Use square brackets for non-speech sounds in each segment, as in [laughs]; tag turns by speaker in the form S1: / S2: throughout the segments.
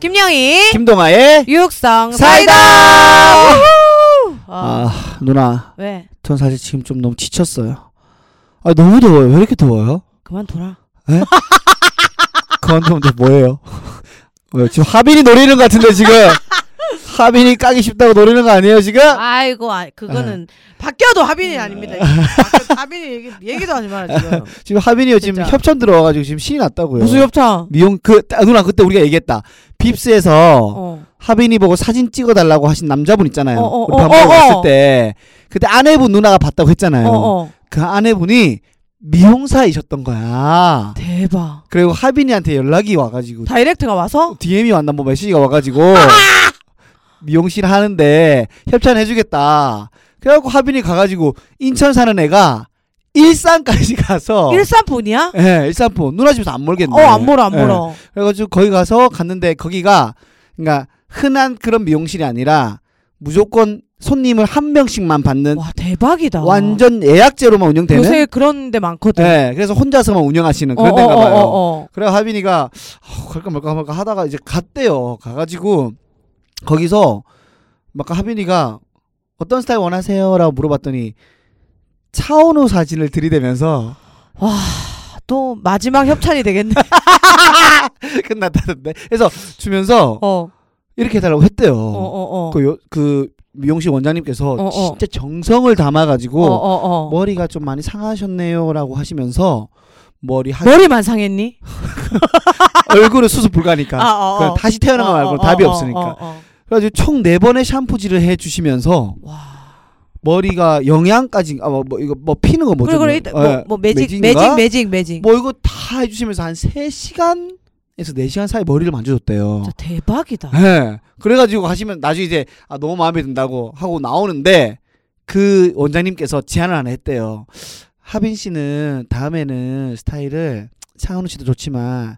S1: 김영희
S2: 김동아의
S1: 육성
S2: 사이다!
S1: 사이다. 우후! 아,
S2: 아 누나
S1: 왜
S2: 전 사실 지금 좀 너무 지쳤어요 아 너무 더워요 왜 이렇게 더워요
S1: 그만 돌아?
S2: 그건 좀 뭐예요 [laughs] 왜요? 지금 하빈이 노리는 것 같은데 지금 하빈이 까기 쉽다고 노리는 거 아니에요 음. 지금
S1: 아이고 아, 그거는 바뀌어도 하빈이 아닙니다. 바뀌어도 하빈이 얘기, 얘기도 하지 마라 지금.
S2: 지금 하빈이요 지금
S1: 진짜.
S2: 협찬 들어와가지고 지금 신이 났다고요
S1: 무슨 협찬?
S2: 미용 그 아, 누나 그때 우리가 얘기했다 빕스에서
S1: 어.
S2: 하빈이 보고 사진 찍어달라고 하신 남자분 있잖아요.
S1: 어, 어,
S2: 우리 밥
S1: 어,
S2: 먹으러
S1: 어,
S2: 갔을
S1: 어.
S2: 때 그때 아내분 누나가 봤다고 했잖아요.
S1: 어, 어.
S2: 그 아내분이 미용사이셨던 거야.
S1: 대박.
S2: 그리고 하빈이한테 연락이 와가지고
S1: 다이렉트가 와서
S2: DM이 왔나 뭐 메시지가
S1: [laughs]
S2: 와가지고 미용실 하는데 협찬해주겠다. 그래갖고 하빈이 가가지고 인천 사는 애가 일산까지 가서
S1: 일산분이야?
S2: 예 일산포 누나 집에서 안 멀겠네.
S1: 어, 안 물어, 안
S2: 예.
S1: 물어.
S2: 그래가지고 거기 가서 갔는데 거기가 그러니까 흔한 그런 미용실이 아니라 무조건 손님을 한 명씩만 받는
S1: 와, 대박이다.
S2: 네. 완전 예약제로만 운영되는.
S1: 요새 그런 데 많거든.
S2: 네, 그래서 혼자서만 운영하시는 그런
S1: 어,
S2: 데인가
S1: 어,
S2: 봐요.
S1: 어, 어, 어.
S2: 그래 하빈이가 아, 갈까 말까 말까 하다가 이제 갔대요. 가가지고 거기서 막 하빈이가 어떤 스타일 원하세요라고 물어봤더니 차은우 사진을 들이대면서 [laughs]
S1: 아, 또 마지막 협찬이 되겠네.
S2: 끝났다던데. 그래서 주면서
S1: 어, 어,
S2: 이렇게 해달라고 했대요.
S1: 어, 어.
S2: 그, 요- 그 미용실 원장님께서
S1: 어, 어.
S2: 진짜 정성을 담아가지고 뭐
S1: 어, 어, 어.
S2: 머리가 좀 많이 상하셨네요라고 하시면서 머리 하...
S1: 머리만 상했니?
S2: [laughs] 얼굴은 수습 불가니까
S1: 어,
S2: 그러니까 그걸 다시 태어난 거 말고 는 답이 없으니까
S1: 어, 어.
S2: 그래가지고 총 네 번의 샴푸질을 해주시면서
S1: 와.
S2: 머리가 영양까지 아, 뭐, 뭐 이거 뭐 피는 거 뭐죠?
S1: 그리고
S2: 그거?
S1: 그래, 뭐,
S2: 예.
S1: 뭐 매직,
S2: 매직인가?
S1: 매직, 매직, 매직.
S2: 뭐 이거 다 해주시면서 한3 시간에서 4 시간 사이 머리를 만져줬대요.
S1: 진짜 대박이다.
S2: 예. 그래가지고 하시면 나중에 이제 아, 너무 마음에 든다고 하고 나오는데 그 원장님께서 제안을 하나 했대요. 하빈 씨는 다음에는 스타일을 창한우 씨도 좋지만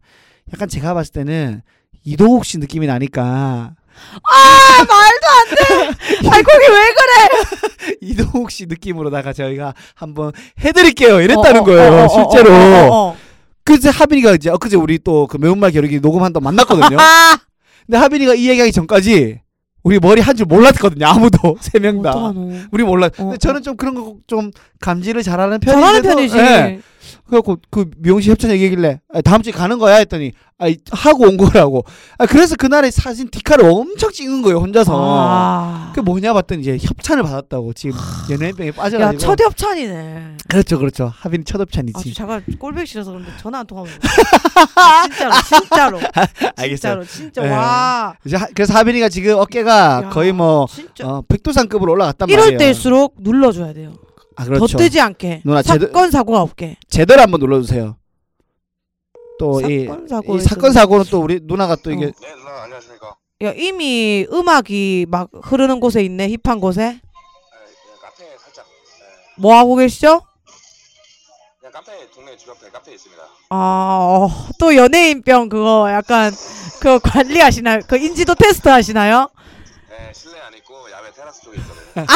S2: 약간 제가 봤을 때는 이동욱 씨 느낌이 나니까 [laughs]
S1: 아, 말도 안 돼! 아, 거기 왜 그래!
S2: 이동욱 씨 느낌으로다가 저희가 한번 해드릴게요 이랬다는
S1: 어, 어,
S2: 거예요
S1: 어, 어, 어,
S2: 실제로
S1: 어, 어, 어.
S2: 그제 하빈이가 이제 엊그제 우리 또 그 매운말 겨루기
S1: [laughs]
S2: 녹음한다고 만났거든요
S1: 아!
S2: 근데 하빈이가 이 얘기하기 전까지 우리 머리 한 줄 몰랐거든요 아무도 [laughs] 세 명다
S1: 어떡하노.
S2: 우리 몰라.
S1: 어,
S2: 근데
S1: 어.
S2: 저는 좀 그런 거 좀 감지를 잘하는 편인데.
S1: 잘하는 편이지.
S2: 네. 그래갖고 그 미용실 협찬 얘기길래 아, 다음 주에 가는 거야 했더니 아, 이- 하고 온 거라고. 아, 그래서 그날에 사진 디카를 엄청 찍는 거예요 혼자서.
S1: 아.
S2: 그게 뭐냐 봤더니 이제 협찬을 받았다고 지금 연예인병에
S1: 야,
S2: 빠져가지고.
S1: 첫 협찬이네.
S2: 그렇죠, 그렇죠. 하빈이 첫
S1: 아,
S2: 협찬이지.
S1: 제가 꼴보기 싫어서 그런데 전화 안
S2: [laughs]
S1: 통하고. 아, 진짜로, 진짜로. 진짜로,
S2: 알겠어요.
S1: 진짜
S2: 예.
S1: 와.
S2: 이제 하- 그래서 하빈이가 지금 어깨가
S1: 야,
S2: 거의 뭐
S1: 진짜.
S2: 어, 백두산급으로 올라갔단 말이에요.
S1: 이럴 때일수록 눌러줘야 돼요.
S2: 아, 그렇죠.
S1: 덧대지 않게.
S2: 누나, 제대-
S1: 사건 사고가 없게.
S2: 제대로 한번 눌러주세요. 또이
S1: 사건
S2: 이
S1: 사고.
S2: 사건 사고는 또 우리 누나가 또 이게
S1: 어.
S3: 네 누나 안녕하십니까
S1: 야, 이미 음악이 막 흐르는 곳에 있네 힙한 곳에.
S3: 네, 그냥 카페 살짝 네,
S1: 뭐 하고 계시죠?
S3: 그냥 카페 동네 주 앞에 카페 있습니다
S1: 아, 어, 또 연예인병 그거 약간 그 관리하시나요? 그 인지도 테스트 하시나요?
S3: 네 실내 안 있고 야외 테라스 쪽에 있거든요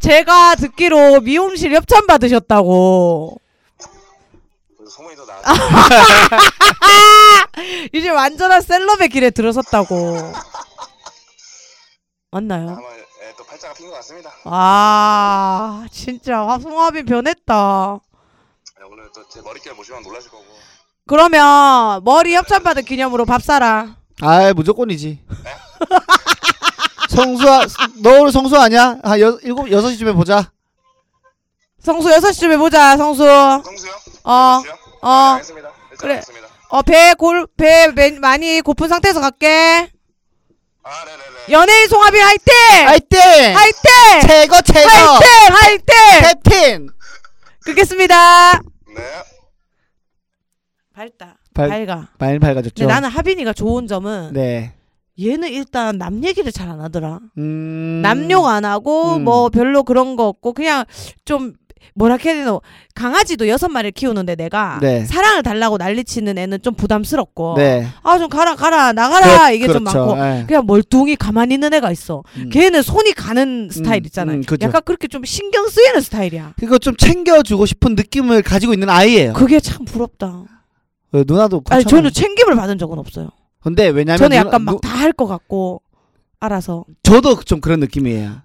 S1: 제가 듣기로 미용실 협찬 받으셨다고.
S3: 그래서 소문이 더
S1: 아.
S3: 나왔어요
S1: 이제 완전한 셀럽의 길에 들어섰다고. 맞나요?
S3: 아마 예, 또 팔자가 핀 것 같습니다
S1: 아, 진짜 화송화빈 변했다.
S3: 네, 오늘 또 제 머릿결 보시면 놀라실 거고
S1: 그러면 머리 협찬 받은 기념으로 밥 사라.
S2: 아 무조건이지. 성수 너 오늘 성수 아니야? 아 여, 일곱 여섯 시쯤에 보자.
S1: 성수 6시쯤에 보자, 성수.
S3: 성수요?
S1: 어,
S3: 성수요?
S1: 어.
S3: 네, 알겠습니다 일단
S1: 그래.
S3: 알겠습니다
S1: 어, 배 골, 배 맨- 많이 고픈 상태에서 갈게.
S3: 아 네네네
S1: 연예인 송하빈 네. 화이팅!
S2: 화이팅!
S1: 화이팅!
S2: 최고 최고!
S1: 화이팅! 화이팅!
S2: 캡틴!
S1: 끊겠습니다.
S3: 네
S1: 밝다.
S2: 밝-
S1: 밝아.
S2: 많이 밝아졌죠.
S1: 근데 나는 하빈이가 좋은 점은
S2: 네.
S1: 얘는 일단 남 얘기를 잘 안 하더라.
S2: 음...
S1: 남욕 안 하고
S2: 음.
S1: 뭐 별로 그런 거 없고 그냥 좀 뭐라 해야 되노 강아지도 여섯 마리를 키우는데 내가
S2: 네.
S1: 사랑을 달라고 난리치는 애는 좀 부담스럽고
S2: 네.
S1: 아 좀 가라 가라 나가라 이게 좀 많고 그
S2: 예.
S1: 그냥 멀뚱히 가만히 있는 애가 있어
S2: 음.
S1: 걔는 손이 가는 스타일 있잖아요
S2: 음, 그죠.
S1: 약간 그렇게 좀 신경 쓰이는 스타일이야
S2: 그거 좀 챙겨주고 싶은 느낌을 가지고 있는 아이예요.
S1: 그게 참 부럽다
S2: 어, 누나도
S1: 그- 아니
S2: 그렇잖아요.
S1: 저는 챙김을 받은 적은 없어요
S2: 근데 왜냐면
S1: 저는
S2: 누나-
S1: 약간 막
S2: 누-
S1: 다 할 것 같고 알아서
S2: 저도 좀 그런 느낌이에요.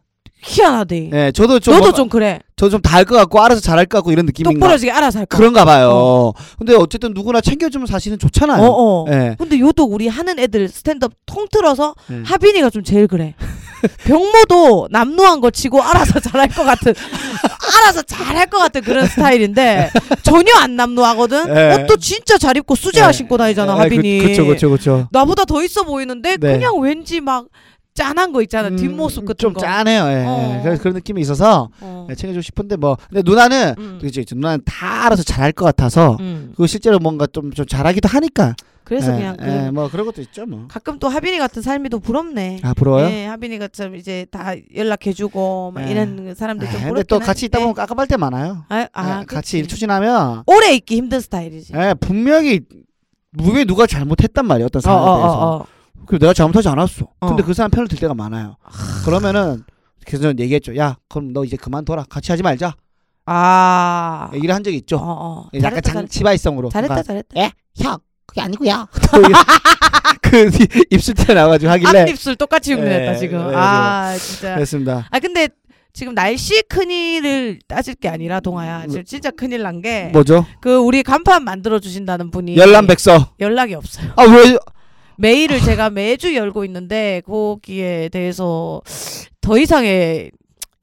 S1: 희한하대.
S2: 예, 저도 좀
S1: 너도
S2: 뭔가-
S1: 좀 그래.
S2: 저도 좀 다 할 것 같고 알아서 잘 할 것 같고 이런 느낌인가.
S1: 똑부러지게 알아서 할 거.
S2: 그러니까. 그런가 봐요. 근데 어쨌든 누구나 챙겨주면 사실은 좋잖아요.
S1: 어. 어어.
S2: 예.
S1: 근데 요도 우리 하는 애들 스탠드업 통틀어서
S2: 예.
S1: 하빈이가 좀 제일
S2: [laughs]
S1: 그래. 병모도 남노한 거 치고 알아서 잘할 것 같은, 알아서 잘할 것 같은 그런 스타일인데 전혀 안 남노하거든.
S2: 예.
S1: 옷도 진짜 잘 입고 수제화
S2: 예.
S1: 신고 다니잖아
S2: 예,
S1: 하빈이.
S2: 그, 그쵸, 그쵸, 그쵸.
S1: 나보다 더 있어 보이는데
S2: 네.
S1: 그냥 왠지 막 짠한 거 있잖아
S2: 음,
S1: 뒷모습 같은
S2: 좀
S1: 거.
S2: 짠해요. 예.
S1: 어.
S2: 그래서 그런 느낌이 있어서
S1: 어.
S2: 예, 챙겨주고 싶은데 뭐. 근데 누나는
S1: 음.
S2: 그치, 그치. 누나는 다 알아서 잘할 것 같아서
S1: 음.
S2: 그리고 실제로 뭔가 좀, 좀 잘하기도 하니까.
S1: 그래서
S2: 예,
S1: 그냥
S2: 예,
S1: 그런-
S2: 뭐 그런 것도 있죠 뭐.
S1: 가끔 또 하빈이 같은 삶이 더 부럽네.
S2: 아 부러워요?
S1: 예, 하빈이가 참 이제 다 연락해주고 막
S2: 예.
S1: 이런 사람들 좀
S2: 아,
S1: 부럽긴
S2: 근데 또 같이 있다
S1: 한데.
S2: 보면 깝깝할 때 많아요.
S1: 아, 아,
S2: 예, 같이 일
S1: 그치.
S2: 추진하면
S1: 오래 있기 힘든 스타일이지.
S2: 예, 분명히 분명히 누가 잘못했단 말이에요 어떤
S1: 어,
S2: 사람에
S1: 어,
S2: 대해서
S1: 어, 어.
S2: 그리고 내가 잘못하지 않았어
S1: 어.
S2: 근데 그 사람 편을 들 때가 많아요 그러면은 그래서 저는 얘기했죠 야 그럼 너 이제 그만둬라 같이 하지 말자
S1: 아.
S2: 얘기를 한
S1: 어,
S2: 적이 예, 있죠
S1: 어.
S2: 예, 약간
S1: 잘했다,
S2: 장, 치바이성으로
S1: 잘했다,
S2: 그러니까,
S1: 잘했다.
S2: 형 그게 아니고요 또 이래- [laughs] 그 입- 입술 튀어나와가지고 하길래
S1: 앞입술 똑같이 흉내냈다
S2: 예,
S1: 지금.
S2: 그래가지고.
S1: 아,
S2: 네,
S1: 진짜.
S2: 그랬습니다
S1: 아, 근데 지금 날씨 큰일을 따질 게 아니라 동아야. 지금 진짜 큰일 난 게 그
S2: 음. 뭐죠
S1: 우리 간판 만들어 주신다는 분이
S2: 열람백서
S1: 연락이 없어요.
S2: 아왜
S1: 메일을 제가 매주 열고 있는데 거기에 대해서 더 이상의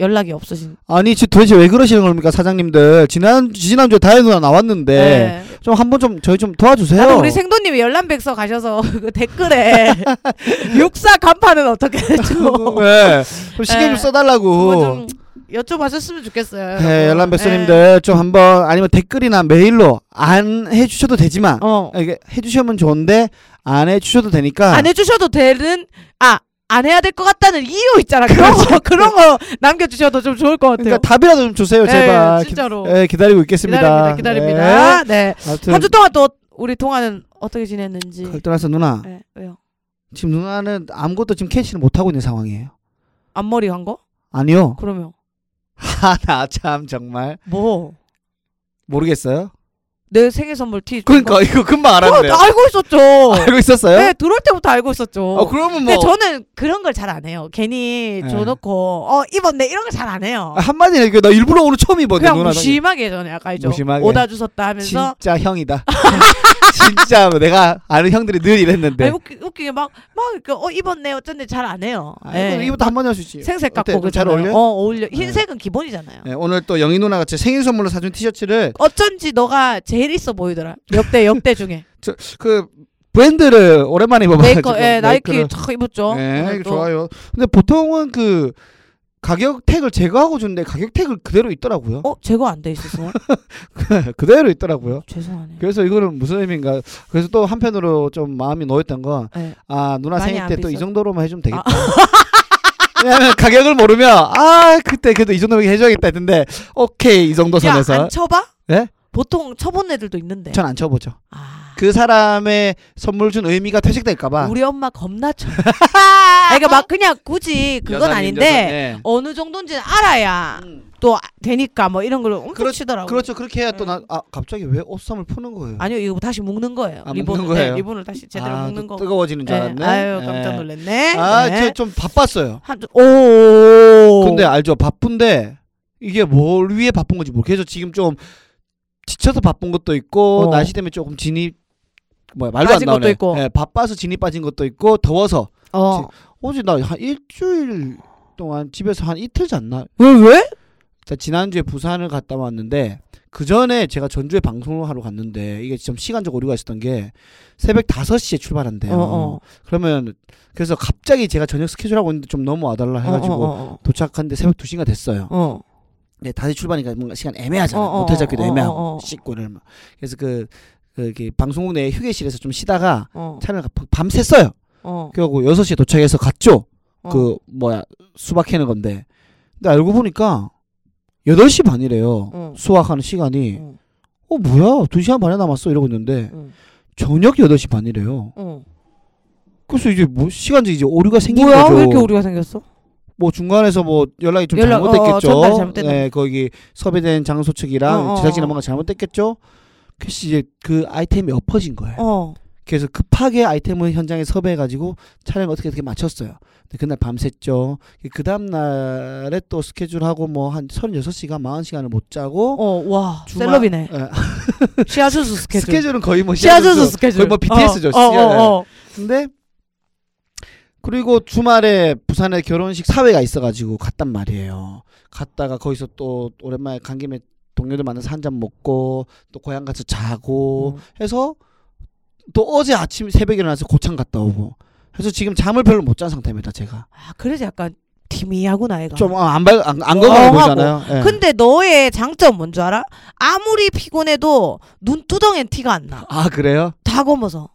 S1: 연락이 없으신.
S2: 아니 지- 도대체 왜 그러시는 겁니까 사장님들 지난 지난주에 다혜 누나 나왔는데
S1: 네.
S2: 좀 한번 좀 저희 좀 도와주세요
S1: 나는 우리 생도님이 열람백서 가셔서 [laughs] 그 댓글에 [laughs] 육사 간판은 어떻게
S2: [laughs]
S1: 되죠?
S2: 네. 좀 시계
S1: 네.
S2: 좀 써달라고.
S1: 좀 여쭤봤었으면 좋겠어요.
S2: 네,
S1: 여러분.
S2: 열람
S1: 예.
S2: 백성님들 좀 한번 아니면 댓글이나 메일로 안 해주셔도 되지만
S1: 어.
S2: 이게 해주시면 좋은데 안 해주셔도 되니까
S1: 안 해주셔도 되는 아. 안 해야 될 것 같다는 이유 있잖아. 그런 거, 그런 거 남겨주셔도 좀 좋을 것 같아요.
S2: 그렇죠. 그러니까 답이라도 좀 주세요 제발.
S1: 예, 진짜로.
S2: 기, 예, 기다리고
S1: 기다립니다.
S2: 있겠습니다.
S1: 기다립니다.
S2: 예.
S1: 네.
S2: 아무튼
S1: 한 주 동안 또 우리 동화는 어떻게 지냈는지.
S2: 그걸 떠나서 누나
S1: 네, 왜요?
S2: 지금 누나는 아무것도 지금 캐치를 못 하고 있는 상황이에요.
S1: 앞머리 간 거?
S2: 아니요. [laughs] 아,
S1: 그러면
S2: 하나 참 정말
S1: 뭐?
S2: 모르겠어요.
S1: 내 생일 선물 티.
S2: 그러니까 이거 금방 알았네요.
S1: 알고 있었죠.
S2: 알고 있었어요?
S1: 뭐, 네, 들어올 때부터 알고 있었죠.
S2: 어, 그러면 뭐
S1: 근데 저는 그런 걸 잘 안 해요. 괜히
S2: 네.
S1: 줘놓고 어 입었네 이런 걸 잘 안 해요.
S2: 아, 한마디는 이거 나 일부러 오늘 처음 입었네
S1: 그냥
S2: 누나.
S1: 무심하게 저는 약간 좀
S2: 무심하게.
S1: 오다 주셨다 하면서
S2: 진짜 형이다. [laughs] 진짜 뭐 내가 아는 형들이 늘 이랬는데.
S1: 아니, 웃기, 웃기게 막막어 입었네 어쩐데 잘 안 해요.
S2: 아이고,
S1: 예.
S2: 이것도 한번 할 수 있지.
S1: 생색
S2: 어때?
S1: 갖고
S2: 좀잘
S1: 그러잖아요.
S2: 어울려?
S1: 어 어울려. 흰색은 기본이잖아요.
S2: 네, 오늘 또 영희 누나가 제 생일 선물로 사준 티셔츠를
S1: 어쩐지 너가 제일 있어 보이더라. 역대 역대
S2: [laughs]
S1: 중에
S2: 그 브랜드를 오랜만에 입어봐가지고
S1: 메이커 예 나이키
S2: 메이커를.
S1: 탁 입었죠.
S2: 네,
S1: 오늘 또.
S2: 좋아요. 근데 보통은 그 가격 택을 제거하고 주는데 가격 택을 그대로 있더라고요.
S1: 어 제거 안 돼 있어서
S2: [laughs] 그대로 있더라고요.
S1: 죄송하네요.
S2: 그래서 이거는 무슨 의미인가. 그래서 또 한편으로 좀 마음이 놓였던 건
S1: 네.
S2: 아 누나
S1: 많이 아.
S2: 생일
S1: 안
S2: 때 또
S1: 비싸?
S2: 이 정도로만 해주면 되겠다. 왜냐면 가격을 모르면 아 그때 그래도 이 정도면 해줘야겠다 했는데 오케이 이 정도 선에서
S1: 야안 쳐봐?
S2: 예?
S1: 보통 쳐본 애들도 있는데.
S2: 전 안 쳐보죠.
S1: 아.
S2: 그 사람의 선물 준 의미가 퇴색될까봐.
S1: 우리 엄마 겁나
S2: [laughs]
S1: 쳐. 아, 그러니까 막 그냥 굳이 그건 아닌데 어느 정도인지 는 알아야 또 아- 되니까 뭐 이런 걸 엄청
S2: 그렇-
S1: 치더라고.
S2: 그렇죠. 그렇게 해야 또 나 아 갑자기 왜 옷선을 푸는 거예요?
S1: 음. 아니요 이거 다시 묶는 거예요.
S2: 아,
S1: 리본,
S2: 묶는 거예요?
S1: 네, 리본을 다시 제대로
S2: 아,
S1: 묶는 거.
S2: 또 뜨거워지는 줄
S1: 네.
S2: 알았네.
S1: 아유
S2: 예.
S1: 깜짝 놀랐네.
S2: 아,
S1: 네.
S2: 저 좀 바빴어요.
S1: 한 주- 오.
S2: 근데 아, 알죠. 바쁜데 이게 뭘 위해 바쁜 건지 모르겠어. 지금 좀 지쳐서 바쁜 것도 있고
S1: 어.
S2: 날씨 때문에 조금 진입 뭐야 말도 안
S1: 빠진 것도
S2: 나오네.
S1: 있고.
S2: 예, 바빠서 진이 빠진 것도 있고 더워서
S1: 어.
S2: 어제 나 한 일주일 동안 집에서 한 이틀 잤나?
S1: 왜 왜?
S2: 자, 지난주에 부산을 갔다 왔는데 그 전에 제가 전주에 방송을 하러 갔는데 이게 좀 시간적 오류가 있었던 게 새벽 5시에 출발한대요.
S1: 어, 어.
S2: 그러면 그래서 갑자기 제가 저녁 스케줄하고 있는데 좀 넘어와 달라 해가지고
S1: 어, 어,
S2: 도착한데 새벽 2시가
S1: 어.
S2: 됐어요.
S1: 어.
S2: 네, 다시 출발이니까 뭔가 시간 애매하잖아.
S1: 어, 어,
S2: 모텔 잡기도
S1: 어, 어,
S2: 애매하고
S1: 어, 어.
S2: 씻고 이러면. 그래서 그, 그 이렇게 방송국 내 휴게실에서 좀 쉬다가
S1: 어.
S2: 차를 가- 밤샜어요.
S1: 어.
S2: 그래갖고 6시에 도착해서 갔죠.
S1: 어.
S2: 그 뭐야 수박 해는 건데. 근데 알고 보니까 8시 반이래요.
S1: 응.
S2: 수확하는 시간이.
S1: 응,
S2: 어 뭐야? 2시간 반에 남았어 이러고 있는데
S1: 응,
S2: 저녁 8시 반이래요.
S1: 응.
S2: 그래서 이제 뭐 시간제 이제 오류가 생긴
S1: 뭐야
S2: 거죠.
S1: 왜 이렇게 오류가 생겼어?
S2: 뭐 중간에서 뭐 연락이 좀
S1: 연락, 어, 어,
S2: 잘못됐겠죠.
S1: 전달이 잘못됐나
S2: 네, 거기 섭외된 장소 측이랑
S1: 어, 어,
S2: 제작진이
S1: 어.
S2: 뭔가 잘못됐겠죠. 그래서 이제 그 아이템이 엎어진 거예요.
S1: 어.
S2: 그래서 급하게 아이템을 현장에 섭외해가지고 촬영 어떻게 어떻게 마쳤어요. 근데 그날 밤샜죠. 그 다음날에 또 스케줄하고 뭐 한 36시간, 40시간을 못 자고
S1: 어, 와,
S2: 주말- [laughs]
S1: 셀럽이네.
S2: 예,
S1: 시아주스 스케줄.
S2: 스케줄은 거의 뭐
S1: 시아주스
S2: 시아주스
S1: 스케줄.
S2: 거의 뭐 BTS죠.
S1: 어, 어, 어, 어.
S2: 근데 그리고 주말에 부산에 결혼식 사회가 있어가지고 갔단 말이에요. 갔다가 거기서 또 오랜만에 간 김에 동료들 만나서 한 잔 먹고 또 고향 가서 자고 해서 또 어제 아침 새벽에 일어나서 고창 갔다 오고 해서 지금 잠을 별로 못 잔 상태입니다 제가
S1: 아, 그래서 약간 기미하구나, 얘가.
S2: 좀안 밝 안, 안 건강해
S1: 어,
S2: 보이잖아요. 예.
S1: 근데 너의 장점 뭔 줄 알아? 아무리 피곤해도 눈두덩엔 티가 안 나.
S2: 아 그래요?
S1: 다 검어서.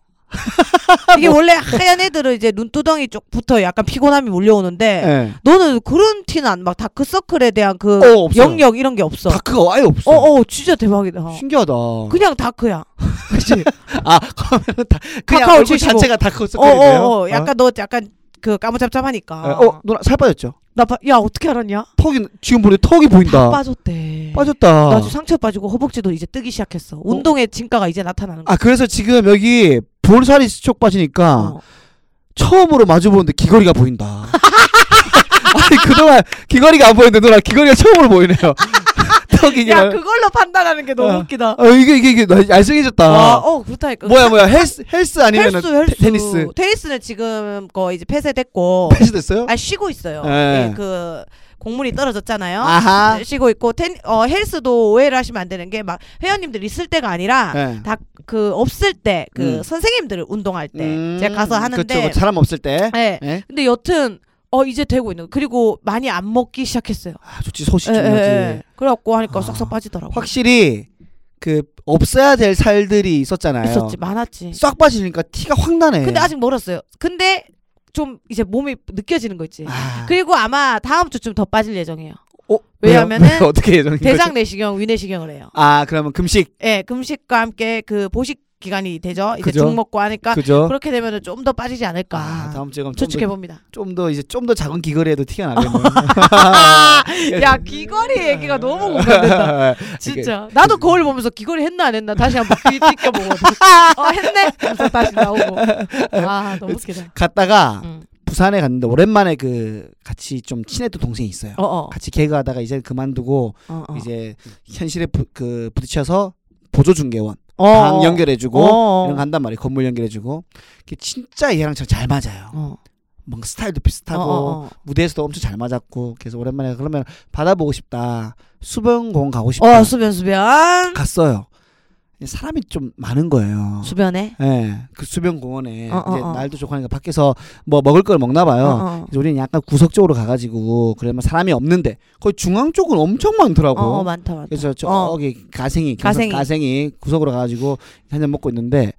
S1: 이게 원래 하얀 애들은 이제 눈두덩이 쪽 붙어 약간 피곤함이 몰려오는데
S2: 예.
S1: 너는 그런 티는 안 막 다크서클에 대한 그
S2: 어, 없어요.
S1: 영역 이런 게 없어.
S2: 다크가 뭐. 아예 없어.
S1: 어, 어, 진짜 대박이다.
S2: 신기하다.
S1: 그냥 다크야. 어, 그치?
S2: 아 [laughs] 그러면 다 그냥
S1: 카카오
S2: 얼굴
S1: 75.
S2: 자체가 다크
S1: 어,
S2: 서클이네요. 아.
S1: 어, 어. 약간 너 약간 그 까무잡잡하니까.
S2: 어, 어 누나 살 빠졌죠?
S1: 나 봐, 야, 어떻게 알았냐?
S2: 턱이 지금 보니 턱이
S1: 다
S2: 보인다.
S1: 빠졌대.
S2: 빠졌다.
S1: 나도 상처 빠지고 허벅지도 이제 뜨기 시작했어. 운동의 진가가 이제 나타나는 거야.
S2: 아 그래서 지금 여기 볼살이 쪽 빠지니까
S1: 어.
S2: 처음으로 마주 보는데 귀걸이가 보인다. [laughs] 아니 그동안 귀걸이가 안 보이는데 누나 귀걸이가 처음으로 보이네요. [laughs] 턱이 그냥
S1: 야, 그걸로 판단하는 게 너무
S2: 어.
S1: 웃기다.
S2: 어, 이게 이게 이게 나 얄쌍해졌다.
S1: 와, 어, 그렇다니까.
S2: 뭐야 뭐야 헬스 헬스 아니면
S1: 헬스, 헬스.
S2: 테니스
S1: 테니스는 지금 거 이제 폐쇄됐고.
S2: 헬스 됐어요?
S1: 아, 쉬고 있어요.
S2: 예.
S1: 예, 그 공문이 떨어졌잖아요. 네,
S2: 아하.
S1: 쉬고 있고 텐, 어, 헬스도 오해를 하시면 안 되는 게 막 회원님들 있을 때가 아니라
S2: 예.
S1: 다 그 없을 때 그
S2: 음.
S1: 선생님들 운동할 때
S2: 음,
S1: 네, 제가 가서 하는데
S2: 그쵸, 사람 없을 때.
S1: 예.
S2: 예?
S1: 근데 여튼 어 이제 되고 있는 거. 그리고 많이 안 먹기 시작했어요.
S2: 아 좋지 소식
S1: 예,
S2: 중요하지.
S1: 예, 예. 그래갖고 하니까
S2: 아,
S1: 싹싹 빠지더라고.
S2: 확실히 그 없어야 될 살들이 있었잖아요.
S1: 있었지 많았지.
S2: 싹 빠지니까 티가 확 나네.
S1: 근데 아직 멀었어요. 근데 좀 이제 몸이 느껴지는 거 있지.
S2: 아.
S1: 그리고 아마 다음 주쯤 더 빠질 예정이에요.
S2: 어?
S1: 왜냐면은
S2: 왜요? [laughs] 어떻게 예정인
S1: 대장
S2: 거죠?
S1: 내시경, 위내시경을 해요.
S2: 아 그러면 금식
S1: 예, 금식과 함께 그 보식 기간이 되죠. 이제
S2: 그죠.
S1: 죽 먹고 하니까 뭐
S2: 그죠?
S1: 아, 그렇게 되면은 좀 더 빠지지 않을까.
S2: 아, 다음 주에 그럼
S1: 추측해
S2: 좀더
S1: 봅니다.
S2: 좀 더 이제 좀 더 작은 귀걸이에도 티가
S1: 어,
S2: 나겠네요.
S1: [laughs] 야 귀걸이
S2: 아,
S1: 얘기가 너무 공감된다. 진짜. 나도 거울 보면서 귀걸이 했나 안 했나 다시 한번 귀 찢겨
S2: [laughs]
S1: 보거든. 어 했네. 그래서 다시 나오고. 아 너무 웃기다.
S2: [laughs]
S1: 음.
S2: 갔다가
S1: 응.
S2: 부산에 갔는데 오랜만에 그 같이 좀 친했던 동생이 있어요.
S1: 어어.
S2: 같이 개그하다가 이제 그만두고
S1: 어, 어.
S2: 이제 현실에 부, 그 부딪혀서 보조 중개원
S1: 어,
S2: 방
S1: 어.
S2: 연결해주고
S1: 어, 어.
S2: 이런 거 한단 말이에요. 건물 연결해주고 이게 진짜 얘랑 저잘 맞아요.
S1: 어.
S2: 뭔가 스타일도 비슷하고
S1: 어, 어, 어.
S2: 무대에서도 엄청 잘 맞았고 그래서 오랜만에 그러면 받아보고 싶다 수변공원 가고 싶다
S1: 어 수변 수변
S2: 갔어요 사람이 좀 많은 거예요
S1: 수변에.
S2: 예그 수변공원에
S1: 어, 어,
S2: 이제
S1: 어.
S2: 날도 좋고 하니까 밖에서 뭐 먹을 걸 먹나
S1: 어,
S2: 봐요
S1: 어.
S2: 그래서 우리는 약간 구석 쪽으로 가가지고 그러면 사람이 없는데 거의 중앙 쪽은 엄청 많더라고
S1: 어, 어 많다 많다.
S2: 그래서
S1: 어.
S2: 저기 가생이
S1: 가생이.
S2: 가생이 가생이 구석으로 가가지고 한잔 먹고 있는데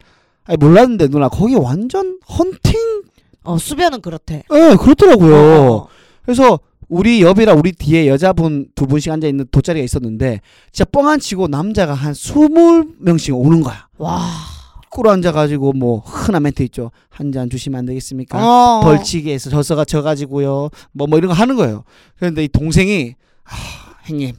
S2: 아니 몰랐는데 누나 거기 완전 헌팅
S1: 어 수변은 그렇대.
S2: 예 그렇더라고요
S1: 어, 어, 어.
S2: 그래서 우리 옆이랑 우리 뒤에 여자분 두 분씩 앉아 있는 돗자리가 있었는데 진짜 뻥안 치고 남자가 한 스물 명씩 오는 거야.
S1: 와.
S2: 꿇어 앉아가지고 뭐 흔한 멘트 있죠. 한 잔 주시면 안 되겠습니까?
S1: 어.
S2: 벌칙에서 저서가 져가지고요. 뭐 뭐 이런 거 하는 거예요. 그런데 이 동생이 아, 형님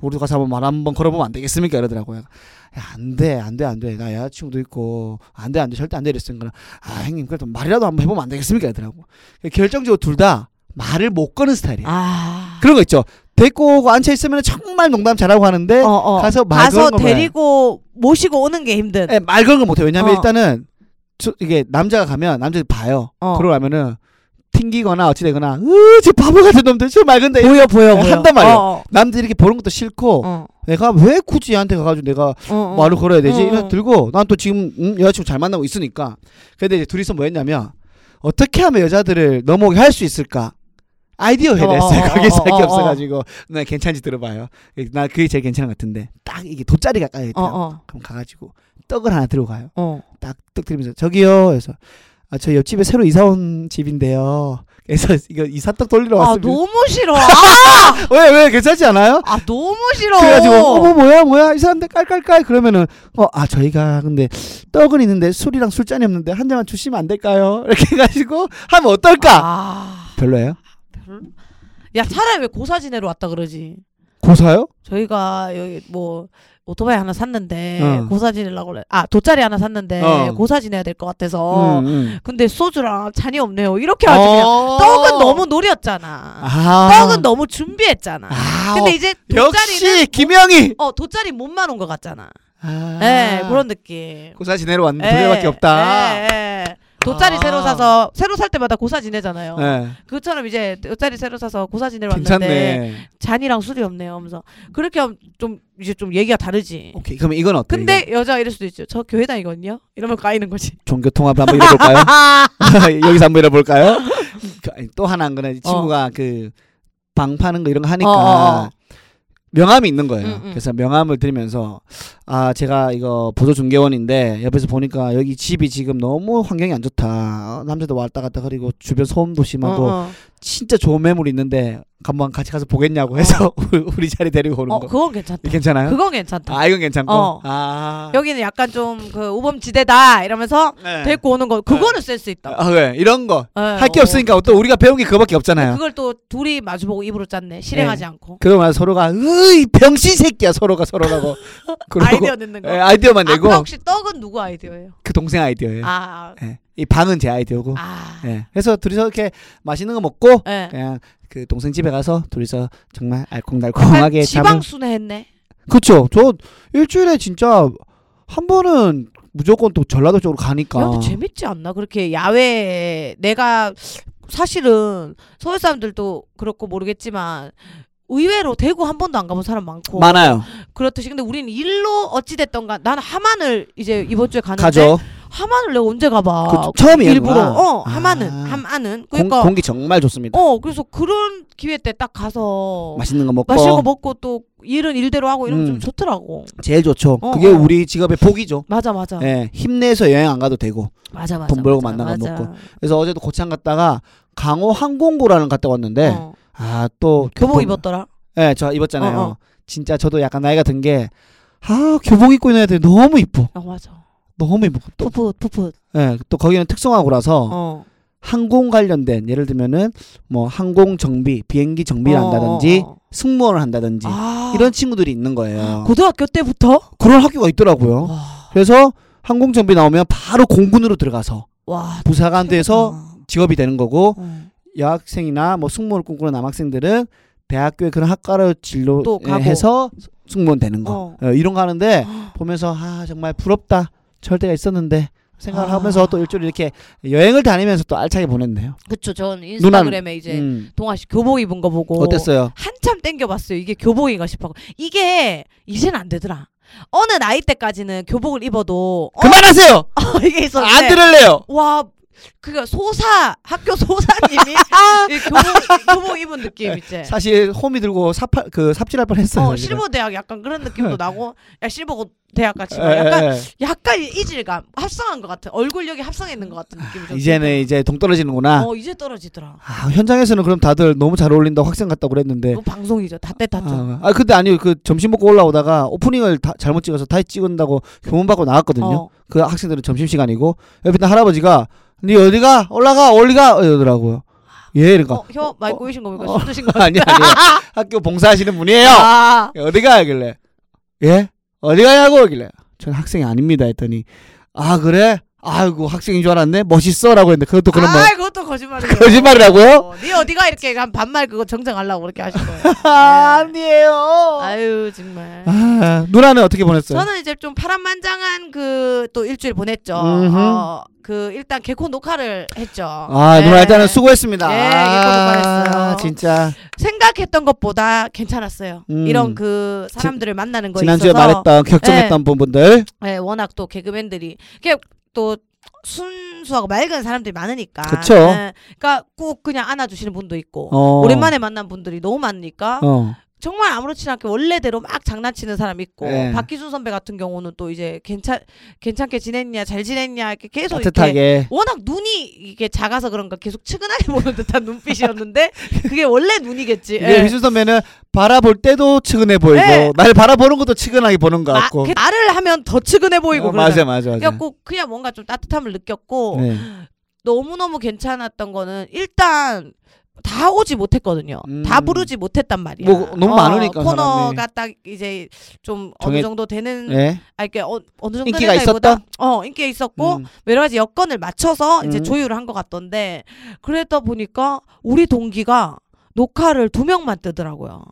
S2: 우리 가서 한번 말 한번 걸어보면 안 되겠습니까? 이러더라고요. 야, 안 돼, 안 돼, 안 돼. 나 여자친구도 있고, 안 돼, 안 돼, 절대 안 돼. 이랬으니까, 아, 형님, 그래도 말이라도 한번 해보면 안 되겠습니까? 이러더라고. 결정적으로 둘 다 말을 못 거는 스타일이에요.
S1: 아.
S2: 그런 거 있죠. 데리고 오고 앉혀 있으면 정말 농담 잘하고 하는데
S1: 어, 어.
S2: 가서 말
S1: 가서
S2: 거는 거 봐요.
S1: 데리고 모시고 오는 게 힘든.
S2: 예, 말 거는 거 못해요. 왜냐면
S1: 어.
S2: 일단은 저- 이게 남자가 가면 남자들이 봐요.
S1: 어.
S2: 그러고 나면은 튕기거나 어찌되거나 으저 바보 같은 놈들 저 맑은데 예,
S1: 보여 보여 보여.
S2: 한단 말이에요.
S1: 어,
S2: 남들 이렇게 보는 것도 싫고
S1: 어. 어.
S2: 내가 왜 굳이 얘한테 가가지고 내가
S1: 어, 어.
S2: 말을 걸어야 되지?
S1: 어, 어.
S2: 이래서 들고 난 또 지금 음, 여자친구 잘 만나고 있으니까 근데 이제 둘이서 뭐 했냐면 어떻게 하면 여자들을 넘어오게 할 수 있을까? 아이디어 회대했어요.
S1: 어, 어,
S2: 거기 살게
S1: 어, 어, 어.
S2: 없어가지고 나 괜찮은지 들어봐요. 나 그게 제일 괜찮은 것 같은데 딱 이게 돗자리가 깔려 있대요.
S1: 어, 어.
S2: 그럼 가가지고 떡을 하나 들고 가요.
S1: 어.
S2: 딱떡 들면서 저기요. 그래서 아, 저 옆집에 새로 이사 온 집인데요. 그래서 이거 이사떡 돌리러
S1: 아
S2: 왔습니다.
S1: 너무 싫어. 아,
S2: 왜 왜 괜찮지 않아요?
S1: 아 너무 싫어.
S2: 그래가지고 어머 뭐야 뭐야 이 사람들 깔깔깔 그러면은 어 아 저희가 근데 떡은 있는데 술이랑 술잔이 없는데 한 잔만 주시면 안 될까요? [laughs] 이렇게 해가지고 하면 어떨까?
S1: 아,
S2: 별로예요?
S1: 별. 야 차라리 왜 고사 지내러 왔다 그러지?
S2: 고사요?
S1: 저희가 여기 뭐 오토바이 하나 샀는데
S2: 어.
S1: 고사 지내려고 그래. 아 돗자리 하나 샀는데
S2: 어.
S1: 고사 지내야 될 것 같아서
S2: 음, 음.
S1: 근데 소주랑 잔이 없네요. 어. 이렇게 하지 그냥
S2: 어.
S1: 떡은 너무 노렸잖아.
S2: 아.
S1: 떡은 너무 준비했잖아.
S2: 아,
S1: 근데 이제 돗자리는
S2: 역시 김영희.
S1: 어 돗자리 몸만 온 것 같잖아.
S2: 아.
S1: 예 그런 느낌.
S2: 고사 지내러 왔는데
S1: 예,
S2: 두 개밖에 없다.
S1: 예, 예. 돗자리
S2: 아.
S1: 새로 사서 새로 살 때마다 고사 지내잖아요.
S2: 예,
S1: 그처럼 이제 돗자리 새로 사서 고사 지내러 왔는데
S2: 괜찮네.
S1: 잔이랑 술이 없네요. 하면서 그렇게 하면 좀 이제 좀 얘기가 다르지.
S2: 오케이. 그럼 이건 어때?
S1: 근데
S2: 이거?
S1: 여자 가 이럴 수도 있죠. 저 교회 다니거든요. 이러면 까이는 거지.
S2: 종교 통합을 한번
S1: [laughs]
S2: 이뤄볼까요? 여기서 한번 이뤄볼까요? 그, 아니, 또 하나 한 거는 이 친구가 그 방 파는 거 이런 거 하니까
S1: 어, 어, 어.
S2: 명함이 있는 거예요.
S1: 음, 음.
S2: 그래서 명함을 들으면서 아 제가 이거 보조 중개원인데 옆에서 보니까 여기 집이 지금 너무 환경이 안 좋다. 어, 남자도 왔다 갔다 그리고 주변 소음도 심하고
S1: 어,
S2: 진짜 좋은 매물이 있는데 한번 같이 가서 보겠냐고 해서 [laughs] 우리- 우리 자리 데리고 오는
S1: 어,
S2: 거.
S1: 그건 괜찮다.
S2: 괜찮아요?
S1: 그건 괜찮다.
S2: 아 이건 괜찮고.
S1: 어.
S2: 아
S1: 여기는 약간 좀 그 우범지대다 이러면서
S2: 네.
S1: 데리고 오는 거 그거는 센스 있다.
S2: 아, 네. 이런 거.
S1: 예,
S2: 할 게
S1: 어.
S2: 없으니까 또 우리가 배운 게 그거밖에 없잖아요.
S1: 그걸 또 둘이 마주보고 입으로 짰네. 실행하지 않고
S2: 그러고 나서 서로가 으이 병신 새끼야 서로가
S1: [laughs]
S2: 서로라고 그러고
S1: 아이디어 듣는 거.
S2: 예, 아이디어만 내고
S1: 아까 혹시 떡은 누구 아이디어예요?
S2: 그 동생 아이디어예요.
S1: 아,
S2: 예. 이 방은 제 아이디어고.
S1: 아,
S2: 예. 그래서 둘이서 이렇게 맛있는 거 먹고
S1: 예.
S2: 그냥 그 동생 집에 가서 둘이서 정말 알콩달콩하게 잠을
S1: 지방순회 했네.
S2: 그렇죠. 저 일주일에 진짜 한 번은 무조건 또 전라도 쪽으로 가니까.
S1: 야, 근데 재밌지 않나? 그렇게 야외에 내가 사실은 서울 사람들도 그렇고 모르겠지만 의외로 대구 한 번도 안 가본 사람 많고
S2: 많아요.
S1: 그렇듯이 근데 우리는 일로 어찌 됐던가 나는 하만을 이제 이번 주에 가는데
S2: 가죠.
S1: 하만을 내가 언제 가봐
S2: 그 처음이에요,
S1: 아, 일부러
S2: 그거는.
S1: 어
S2: 아.
S1: 하만은 하만은
S2: 공,
S1: 그러니까
S2: 공기 정말 좋습니다.
S1: 어 그래서 그런 기회 때 딱 가서
S2: 맛있는 거 먹고.
S1: 어. 맛있는 거 먹고 또 일은 일대로 하고 이러면
S2: 음.
S1: 좀 좋더라고
S2: 제일 좋죠.
S1: 어,
S2: 그게
S1: 어.
S2: 우리 직업의 복이죠.
S1: 맞아 맞아
S2: 예, 힘내서 여행 안 가도 되고.
S1: 맞아 맞아
S2: 돈 벌고
S1: 맞아,
S2: 만나고
S1: 맞아.
S2: 그래서 어제도 고창 갔다가 강호 항공고라는 갔다 왔는데
S1: 어.
S2: 아 또
S1: 교복 입었더라
S2: 예, 저 입었잖아요.
S1: 어, 어.
S2: 진짜 저도 약간 나이가 든 게 아, 교복 입고 있는 애들 너무 이뻐.
S1: 아 맞아
S2: 너무 이뻐. 또
S1: 풋풋 풋풋
S2: 예, 또 거기는 특성화고라서
S1: 어.
S2: 항공 관련된 예를 들면은 뭐 항공 정비, 비행기 정비를 한다든지
S1: 어, 어, 어.
S2: 승무원을 한다든지
S1: 아,
S2: 이런 어. 친구들이 있는 거예요. 그,
S1: 고등학교 때부터
S2: 그런 학교가 있더라고요.
S1: 와,
S2: 그래서 항공 정비 나오면 바로 공군으로 들어가서
S1: 와
S2: 부사관대에서
S1: 대박이다.
S2: 직업이 되는 거고
S1: 어.
S2: 여학생이나 뭐 승무원을 꿈꾸는 남학생들은 대학교에 그런 학과로 진로
S1: 또
S2: 예,
S1: 가고.
S2: 해서 승무원 되는 거 어, 이런 거 하는데 보면서 아 정말 부럽다 절대가 있었는데 생각을
S1: 아.
S2: 하면서 또 일주일 이렇게 여행을 다니면서 또 알차게 보냈네요.
S1: 그쵸 전 인스타그램에 이제 뭐
S2: 음.
S1: 동아 씨 교복 입은 거 보고
S2: 어땠어요?
S1: 한참 땡겨봤어요. 이게 교복인가 싶어. 이게 이젠 안 되더라. 어느 나이 때까지는 교복을 입어도 어, 네.
S2: 그만하세요.
S1: 이게 있었는데
S2: 안 들을래요.
S1: 와 그니까 소사 학교
S2: [laughs]
S1: 소사님이 이 교복, 교복 입은 느낌 있지.
S2: 사실 홈이 들고 사팔 그 삽질할 뻔했어요.
S1: 네. 어
S2: 제가.
S1: 실버 대학 약간 그런 느낌도 나고 야 실버 대학 같이 막
S2: 예,
S1: 약간
S2: 예,
S1: 약간 이 이질감 합성한 것 같아. 얼굴력이 합성해 있는 것 같은 느낌이
S2: 예.
S1: 좀.
S2: 이제는 아. 이제 동떨어지는구나.
S1: 어 이제 떨어지더라.
S2: 아, 현장에서는 그럼 다들 너무 잘 어울린다 고 학생 같다고 그랬는데
S1: 이거 방송이죠. 다 어, 때탔죠.
S2: 아, 아, 근데 아니 그 점심 먹고 올라오다가 오프닝을 다, 잘못 찍어서 다시 찍은다고 교문 받고 나왔거든요.
S1: 어.
S2: 그 학생들은 점심 시간이고 옆에 있는 할아버지가 니 어디가 올라가 올리가 이러더라고요. 예, 그러니까
S1: 어, 혀 많이
S2: 어,
S1: 꼬이신 거 보니까
S2: 어.
S1: 숨 드신 거
S2: [laughs] 아니 아니
S1: [laughs]
S2: 학교 봉사하시는 분이에요.
S1: 같아요.
S2: 어디 가길래 예 어디 가냐고 하길래 전 학생이 아닙니다 했더니 아 그래 아이고 학생인 줄 알았네 멋있어라고 했는데 그것도 그런
S1: 아,
S2: 말
S1: 그것도 거짓말이에요.
S2: 뭐 거짓말이라고요?
S1: 어, 네 어디가 이렇게 한 반말 그거 정정하려고 그렇게 하신 거예요. [laughs]
S2: 아,
S1: 네.
S2: 아니에요.
S1: 아유 정말.
S2: 아, 누나는 어떻게 보냈어요?
S1: 저는 이제 좀 파란만장한 그 또 일주일 보냈죠.
S2: 음흠.
S1: 어, 그 일단 개콘 녹화를 했죠.
S2: 아
S1: 네.
S2: 누나 일단은 수고했습니다.
S1: 예,
S2: 아,
S1: 이거 고마웠어요.
S2: 진짜
S1: 생각했던 것보다 괜찮았어요.
S2: 음.
S1: 이런 그 사람들을 만나는 거에
S2: 지난주에
S1: 있어서
S2: 말했던 격정했던 부분들
S1: 예, 워낙 또 개그맨들이 이게 또 순수하고 맑은 사람들이 많으니까.
S2: 그쵸.
S1: 예, 그러니까 꼭 그냥 안아주시는 분도 있고.
S2: 어.
S1: 오랜만에 만난 분들이 너무 많으니까
S2: 어.
S1: 정말 아무렇지 않게 원래대로 막 장난치는 사람 있고
S2: 예.
S1: 박기순 선배 같은 경우는 또 이제 괜찮 괜찮게 지냈냐 잘 지냈냐 이렇게 계속 이렇게
S2: 따뜻하게
S1: 워낙 눈이 이게 작아서 그런가 계속 측은하게 [laughs] 보는 듯한 눈빛이었는데 그게 원래 눈이겠지.
S2: 이게 휘준 선배는 바라볼 때도 측은해 보이고
S1: 예.
S2: 날 바라보는 것도 측은하게 보는 것
S1: 마,
S2: 같고
S1: 그 말을 하면 더 측은해 보이고
S2: 어,
S1: 그러잖아.
S2: 맞아 맞아 맞아
S1: 그래갖고 음. 그냥 뭔가 좀 따뜻함을 느꼈고
S2: 네.
S1: 너무 너무 괜찮았던 거는 일단 다 오지 못했거든요.
S2: 음.
S1: 다 부르지 못했단 말이야. 어,
S2: 뭐, 너무 많으니까,
S1: 코너가
S2: 사람이.
S1: 딱 이제 좀
S2: 정해-
S1: 어느 정도 되는
S2: 예.
S1: 아, 이게 어, 어느 정도
S2: 인기가
S1: 되나이보다-
S2: 있었다?
S1: 어 인기가 있었고
S2: 음.
S1: 여러 가지 여건을 맞춰서 이제
S2: 음.
S1: 조율을 한 것 같던데 그러다 보니까 우리 동기가 녹화를 두 명만 뜨더라고요.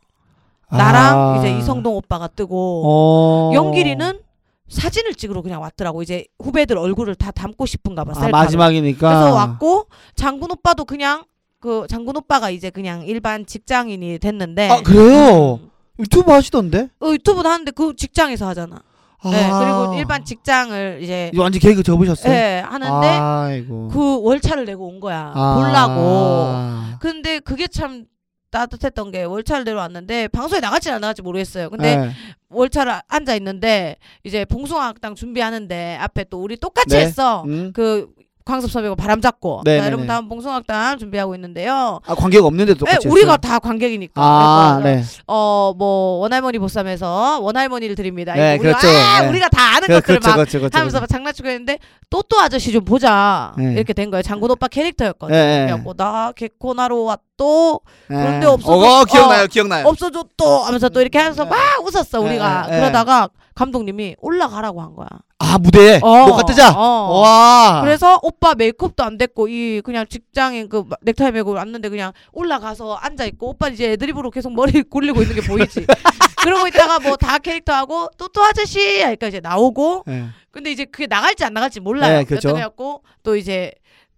S1: 나랑
S2: 아.
S1: 이제 이성동 오빠가 뜨고
S2: 어.
S1: 영길이는 사진을 찍으러 그냥 왔더라고. 이제 후배들 얼굴을 다 담고 싶은가 봐.
S2: 아,
S1: 셀카로.
S2: 마지막이니까.
S1: 그래서 왔고 장군 오빠도 그냥 그 장군 오빠가 이제 그냥 일반 직장인이 됐는데
S2: 아, 그래요? 유튜브 하시던데?
S1: 음, 어, 유튜브도 하는데 그 직장에서 하잖아.
S2: 아.
S1: 네, 그리고 일반 직장을 이제
S2: 이거 완전 개그 접으셨어요?
S1: 예, 하는데
S2: 아이고.
S1: 그 월차를 내고 온 거야.
S2: 아.
S1: 보려고. 근데 그게 참 따뜻했던 게 월차를 내려왔는데 방송에 나갈지 안 나갈지 모르겠어요. 근데
S2: 예.
S1: 월차를 앉아 있는데 이제 봉숭아학당 준비하는데 앞에 또 우리 똑같이
S2: 네.
S1: 했어.
S2: 음.
S1: 그 광섭 섭외고 바람 잡고
S2: 네,
S1: 자,
S2: 네,
S1: 여러분
S2: 네.
S1: 다음 봉숭아학당 준비하고 있는데요.
S2: 아, 관계가 없는데도
S1: 에,
S2: 똑같이
S1: 네, 우리가
S2: 했어요?
S1: 다 관객이니까.
S2: 아,
S1: 그래서
S2: 네.
S1: 어, 뭐 원할머니 보쌈에서 원할머니를 드립니다.
S2: 네,
S1: 이거 우리가
S2: 그렇죠.
S1: 아,
S2: 네.
S1: 우리가 다 아는
S2: 그-
S1: 것들을 막
S2: 그렇죠, 그렇죠.
S1: 하면서 막 장난치고 했는데 또또 아저씨 좀 보자
S2: 네.
S1: 이렇게 된 거예요. 장군 오빠 캐릭터였거든요.
S2: 예, 예.
S1: 그래갖고 나 개코나로 왔또 그런데
S2: 예.
S1: 없어도-
S2: 어,
S1: 어,
S2: 기억나요, 기억나요.
S1: 없어져 또 하면서 또 이렇게 하면서
S2: 네.
S1: 막 웃었어 우리가
S2: 네, 네.
S1: 그러다가 감독님이 올라가라고 한 거야.
S2: 아, 무대에
S1: 어,
S2: 녹화 뜨자.
S1: 어.
S2: 와.
S1: 그래서 오빠 메이크업도 안 됐고 이 그냥 직장인 그 넥타이 메고 왔는데 그냥 올라가서 앉아 있고 오빠 이제 애드립으로 계속 머리 [laughs] 굴리고 있는 게
S2: [laughs]
S1: 보이지. 그러고 있다가 뭐 다 캐릭터 하고 또 또 아저씨 하니까 이제 나오고
S2: 예.
S1: 근데 이제 그게 나갈지 안 나갈지 몰라요.
S2: 네, 그렇죠.
S1: 여튼 그래갖고 또 이제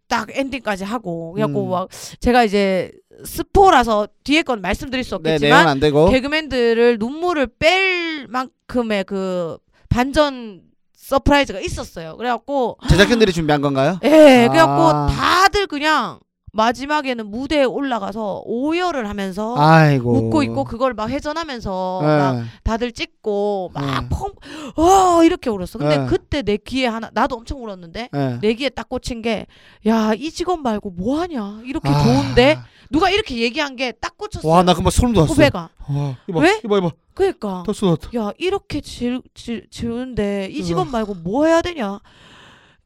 S1: 딱 엔딩까지 하고 그래갖고
S2: 음.
S1: 막 제가 이제 스포라서 뒤에 건 말씀드릴 수
S2: 네, 내용은
S1: 없겠지만
S2: 안 되고.
S1: 개그맨들을 눈물을 뺄 만큼의 그 반전 서프라이즈가 있었어요. 그래갖고
S2: 제작진들이 준비한 건가요?
S1: 예, 그래갖고
S2: 아.
S1: 다들 그냥 마지막에는 무대에 올라가서 오열을 하면서
S2: 아이고.
S1: 어, 웃고 있고 그걸 막 회전하면서
S2: 예.
S1: 막 다들 찍고
S2: 예.
S1: 막 펑, 어 이렇게 울었어. 근데
S2: 예.
S1: 그때 내 귀에 하나, 나도 엄청 울었는데
S2: 예.
S1: 내 귀에 딱 꽂힌 게, 야, 이 직업 말고 뭐 하냐? 이렇게
S2: 아.
S1: 좋은데? 누가 이렇게 얘기한 게 딱 꽂혔어.
S2: 와, 나 금방 소름 돋았어.
S1: 후배가.
S2: 와, 이봐,
S1: 왜?
S2: 이봐, 이봐.
S1: 그니까.
S2: 더 쏟았다.
S1: 야, 이렇게 지, 지, 지운데, 이 직업
S2: 으아.
S1: 말고 뭐 해야 되냐?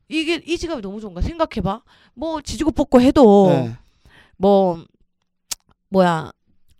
S1: 이게, 이 직업이 너무 좋은가? 생각해봐. 뭐, 지지고 볶고 해도,
S2: 예.
S1: 뭐, 뭐야,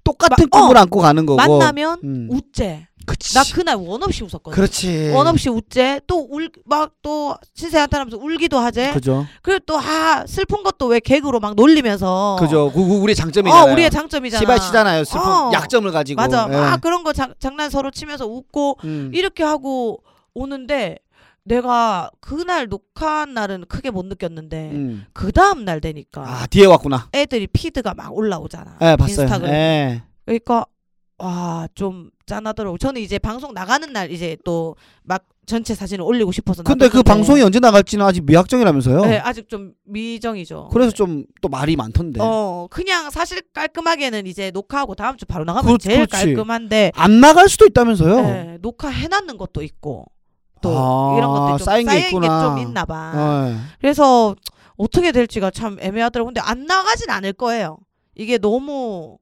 S2: 똑같은
S1: 마- 어.
S2: 꿈을 안고 가는 거고.
S1: 만나면
S2: 음.
S1: 웃재.
S2: 그치.
S1: 나 그날 원 없이 웃었거든.
S2: 그렇지.
S1: 원 없이 웃재 또 울 막 또 신세 한탄하면서 울기도 하재
S2: 그죠.
S1: 그리고 또아 슬픈 것도 왜 개그로 막 놀리면서
S2: 그죠. 그, 그 우리의 장점이잖아요.
S1: 어 우리의 장점이잖아
S2: 시발 치잖아요. 슬픈
S1: 어.
S2: 약점을 가지고.
S1: 맞아
S2: 예.
S1: 막 그런 거 장, 장난 서로 치면서 웃고
S2: 음.
S1: 이렇게 하고 오는데 내가 그날 녹화한 날은 크게 못 느꼈는데
S2: 음.
S1: 그 다음 날 되니까
S2: 아 뒤에 왔구나.
S1: 애들이 피드가 막 올라오잖아
S2: 예, 봤어요.
S1: 네, 인스타그램
S2: 예.
S1: 그러니까 와 좀 짠하더라고 저는 이제 방송 나가는 날 이제 또 막 전체 사진을 올리고 싶어서
S2: 근데 그
S1: 놔뒀는데
S2: 방송이 언제 나갈지는 아직 미확정이라면서요.
S1: 네, 아직 좀 미정이죠.
S2: 어.
S1: 네.
S2: 그래서 좀 네. 또 말이 많던데.
S1: 어 그냥 사실 깔끔하게는 이제 녹화하고 다음 주 바로 나가면
S2: 그렇-
S1: 제일
S2: 그렇지.
S1: 깔끔한데
S2: 안 나갈 수도 있다면서요.
S1: 예, 녹화 해놨는 것도 있고 또
S2: 아,
S1: 이런 것들 좀
S2: 쌓인
S1: 쌓인
S2: 게
S1: 게 좀
S2: 있구나.
S1: 있나봐.
S2: 예.
S1: 그래서 어떻게 될지가 참 애매하더라고. 근데 안 나가진 않을 거예요. 이게 너무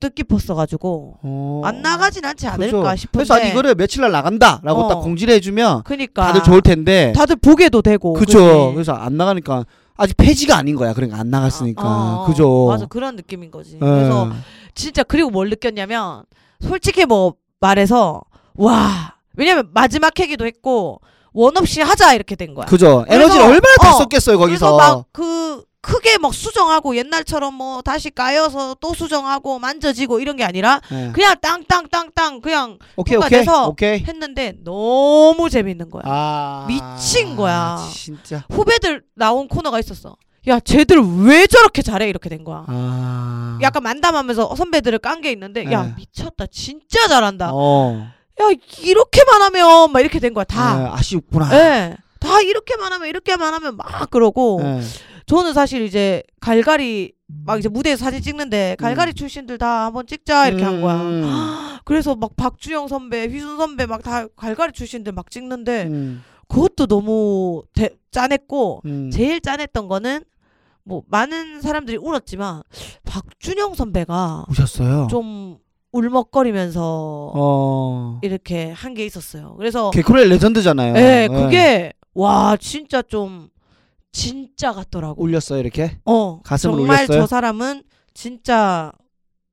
S1: 뜻깊었어가지고
S2: 어.
S1: 안 나가진 않지
S2: 그죠.
S1: 않을까 싶은데.
S2: 그래서 아니 이거를 며칠 날 나간다라고
S1: 어.
S2: 딱 공지를 해주면
S1: 그니까
S2: 다들 좋을 텐데.
S1: 다들 보게도 되고.
S2: 그죠.
S1: 그치?
S2: 그래서 안 나가니까 아직 폐지가 아닌 거야. 그러니까 안 나갔으니까.
S1: 어, 어,
S2: 그죠.
S1: 맞아 그런 느낌인 거지.
S2: 예.
S1: 그래서 진짜 그리고 뭘 느꼈냐면 솔직히 뭐 말해서 와 왜냐면 마지막 회기도 했고 원 없이 하자 이렇게 된 거야.
S2: 그죠.
S1: 그래서-
S2: 에너지를 얼마나 다
S1: 어.
S2: 썼겠어요 거기서.
S1: 그래서 막 그 크게 막 수정하고 옛날처럼 뭐 다시 까여서 또 수정하고 만져지고 이런 게 아니라
S2: 예.
S1: 그냥 땅땅땅땅 그냥
S2: 오케이
S1: 뭔가
S2: 오케이
S1: 돼서
S2: 오케이.
S1: 했는데 너무 재밌는 거야.
S2: 아
S1: 미친 거야.
S2: 진짜.
S1: 후배들 나온 코너가 있었어. 야 쟤들 왜 저렇게 잘해 이렇게 된 거야.
S2: 아.
S1: 약간 만담하면서 선배들을 깐 게 있는데
S2: 네.
S1: 야 미쳤다 진짜 잘한다.
S2: 어.
S1: 야 이렇게만 하면 막 이렇게 된 거야 다.
S2: 예, 아쉽구나.
S1: 예. 다 이렇게만 하면 이렇게만 하면 막 그러고
S2: 예.
S1: 저는 사실 이제 갈갈이 막 이제 무대에서 사진 찍는데 갈갈이 출신들 다 한번 찍자 이렇게 한 거야. 아.
S2: 음.
S1: 그래서 막 박주영 선배, 휘순 선배 막 다 갈갈이 출신들 막 찍는데
S2: 음.
S1: 그것도 너무 대, 짠했고
S2: 음.
S1: 제일 짠했던 거는 뭐 많은 사람들이 울었지만 박준영 선배가
S2: 오셨어요.
S1: 좀 울먹거리면서
S2: 어.
S1: 이렇게 한 게 있었어요. 예. 그래서
S2: 예, 개코의 레전드잖아요.
S1: 예, 그게 와 진짜 좀 진짜 같더라고.
S2: 울렸어요 이렇게?
S1: 어,
S2: 가슴을
S1: 정말
S2: 울렸어요?
S1: 저 사람은 진짜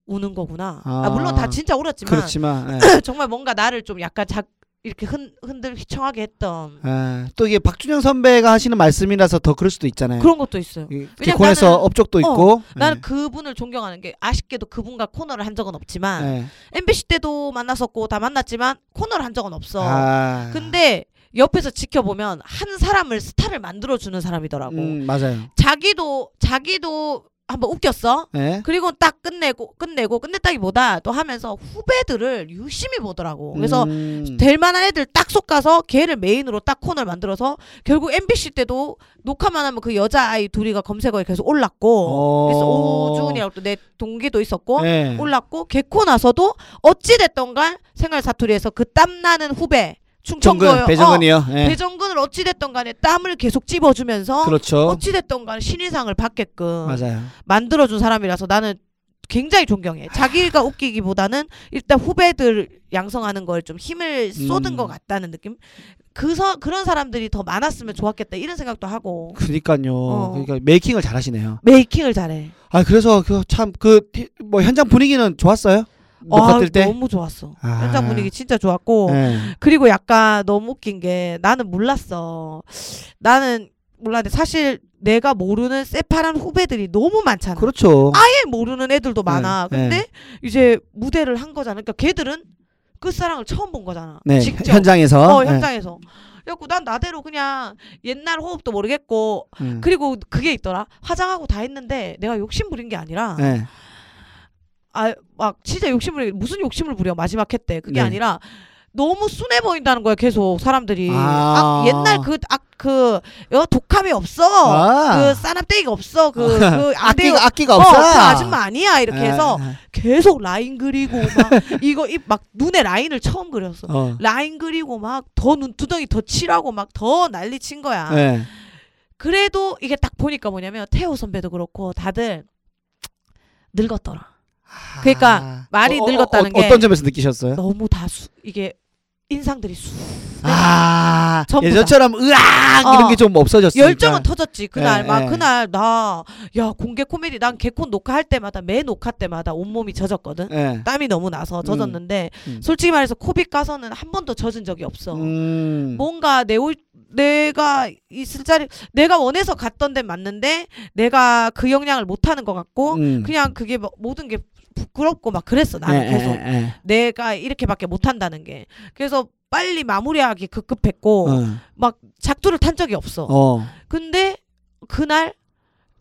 S1: 우는 거구나. 아,
S2: 아,
S1: 물론 다 진짜 울었지만
S2: 그렇지만
S1: [laughs]
S2: 예.
S1: 정말 뭔가 나를 좀 약간 작 이렇게 흔 흔들 휘청하게 했던 [coughs]
S2: 예. 또 이게 박준영 선배가 하시는 말씀이라서 더 그럴 수도 있잖아요.
S1: 그런 것도 있어요.
S2: 이-
S1: 왜냐면
S2: 개콘에서
S1: 나는-
S2: 업적도
S1: 어,
S2: 있고. 예.
S1: 나는 그분을 존경하는 게 아쉽게도 그분과 코너를 한 적은 없지만
S2: 예.
S1: MBC 때도 만났었고 다 만났지만 코너를 한 적은 없어.
S2: 아.
S1: 근데 옆에서 지켜보면 한 사람을 스타를 만들어 주는 사람이더라고.
S2: 음, 맞아요.
S1: 자기도 자기도 한번 웃겼어.
S2: 예.
S1: 그리고 딱 끝내고 끝내고 끝냈다기보다 또 하면서 후배들을 유심히 보더라고. 그래서
S2: 음.
S1: 될 만한 애들 딱 솎아서 걔를 메인으로 딱 코너를 만들어서 결국 MBC 때도 녹화만 하면 그 여자아이 둘이가 검색어에 계속 올랐고
S2: 어.
S1: 그래서 오준이라고 또 내 동기도 있었고
S2: 예.
S1: 올랐고 개코 나서도 어찌됐던간 생활 사투리에서 그 땀나는 후배 충청도요
S2: 정근 배정근이요.
S1: 어,
S2: 예.
S1: 배정근을 어찌됐던 간에 땀을 계속 찝어주면서
S2: 그렇죠.
S1: 어찌됐던 간에 신인상을 받게끔
S2: 맞아요.
S1: 만들어준 사람이라서 나는 굉장히 존경해. 자기가 웃기기보다는 일단 후배들 양성하는 걸 좀 힘을 쏟은
S2: 음.
S1: 것 같다는 느낌. 그서 그런 사람들이 더 많았으면 좋았겠다 이런 생각도 하고
S2: 그니까요.
S1: 어.
S2: 그러니까 메이킹을 잘하시네요.
S1: 메이킹을 잘해.
S2: 아 그래서 참그뭐 현장 분위기는 좋았어요. 녹화
S1: 아,
S2: 뜰 때.
S1: 너무 좋았어.
S2: 아.
S1: 현장 분위기 진짜 좋았고
S2: 예.
S1: 그리고 약간 너무 웃긴 게 나는 몰랐어. 나는 몰랐는데 사실 내가 모르는 새파란 후배들이 너무 많잖아.
S2: 그렇죠.
S1: 아예 모르는 애들도 많아.
S2: 네,
S1: 근데
S2: 네.
S1: 이제 무대를 한 거잖아. 그러니까 걔들은 그 끝사랑을 처음 본 거잖아.
S2: 네.
S1: 직접.
S2: 현장에서.
S1: 어,
S2: 예.
S1: 현장에서. 그래갖고 난 나대로 그냥 옛날 호흡도 모르겠고
S2: 음.
S1: 그리고 그게 있더라. 화장하고 다 했는데 내가 욕심 부린 게 아니라
S2: 예.
S1: 아 막 진짜 욕심 부리 무슨 욕심을 부려 마지막 했대. 그게
S2: 네.
S1: 아니라 너무 순해 보인다는 거야 계속 사람들이
S2: 아.
S1: 악- 옛날 그 악그 어, 독함이 없어
S2: 아.
S1: 그 싸납대기가 없어
S2: [laughs]
S1: 그그
S2: 악기가 악기가
S1: 어,
S2: 없어.
S1: 그 아줌마 아니야 이렇게 해서
S2: 예, 예.
S1: 계속 라인 그리고 막 이거 입 막 눈에 라인을 처음 그렸어.
S2: 어.
S1: 라인 그리고 막 더 눈두덩이 더 칠하고 막 더 난리 친 거야.
S2: 예.
S1: 그래도 이게 딱 보니까 뭐냐면 태호 선배도 그렇고 다들 늙었더라. 그러니까 말이
S2: 어, 어,
S1: 늙었다는
S2: 어,
S1: 게
S2: 어떤 점에서 느끼셨어요?
S1: 너무 다 수, 이게 인상들이 수.
S2: 아
S1: 전부 다.
S2: 예전처럼 으악
S1: 어.
S2: 이런 게 좀 없어졌어요.
S1: 열정은 터졌지 그날
S2: 예,
S1: 막
S2: 예.
S1: 그날 나 야 공개 코미디 난 개콘 녹화할 때마다 매 녹화 때마다 온몸이 젖었거든.
S2: 예.
S1: 땀이 너무 나서 젖었는데
S2: 음.
S1: 솔직히 말해서 코빅 가서는 한 번도 젖은 적이 없어.
S2: 음.
S1: 뭔가 내 올, 내가 있을 자리 내가 원해서 갔던 데 맞는데 내가 그 역량을 못 하는 것 같고
S2: 음.
S1: 그냥 그게 뭐- 모든 게 부끄럽고 막 그랬어 나는
S2: 예,
S1: 계속
S2: 예, 예.
S1: 내가 이렇게밖에 못 한다는 게 그래서 빨리 마무리하기 급급했고 작두를 탄 적이 어. 없어
S2: 어.
S1: 근데 그날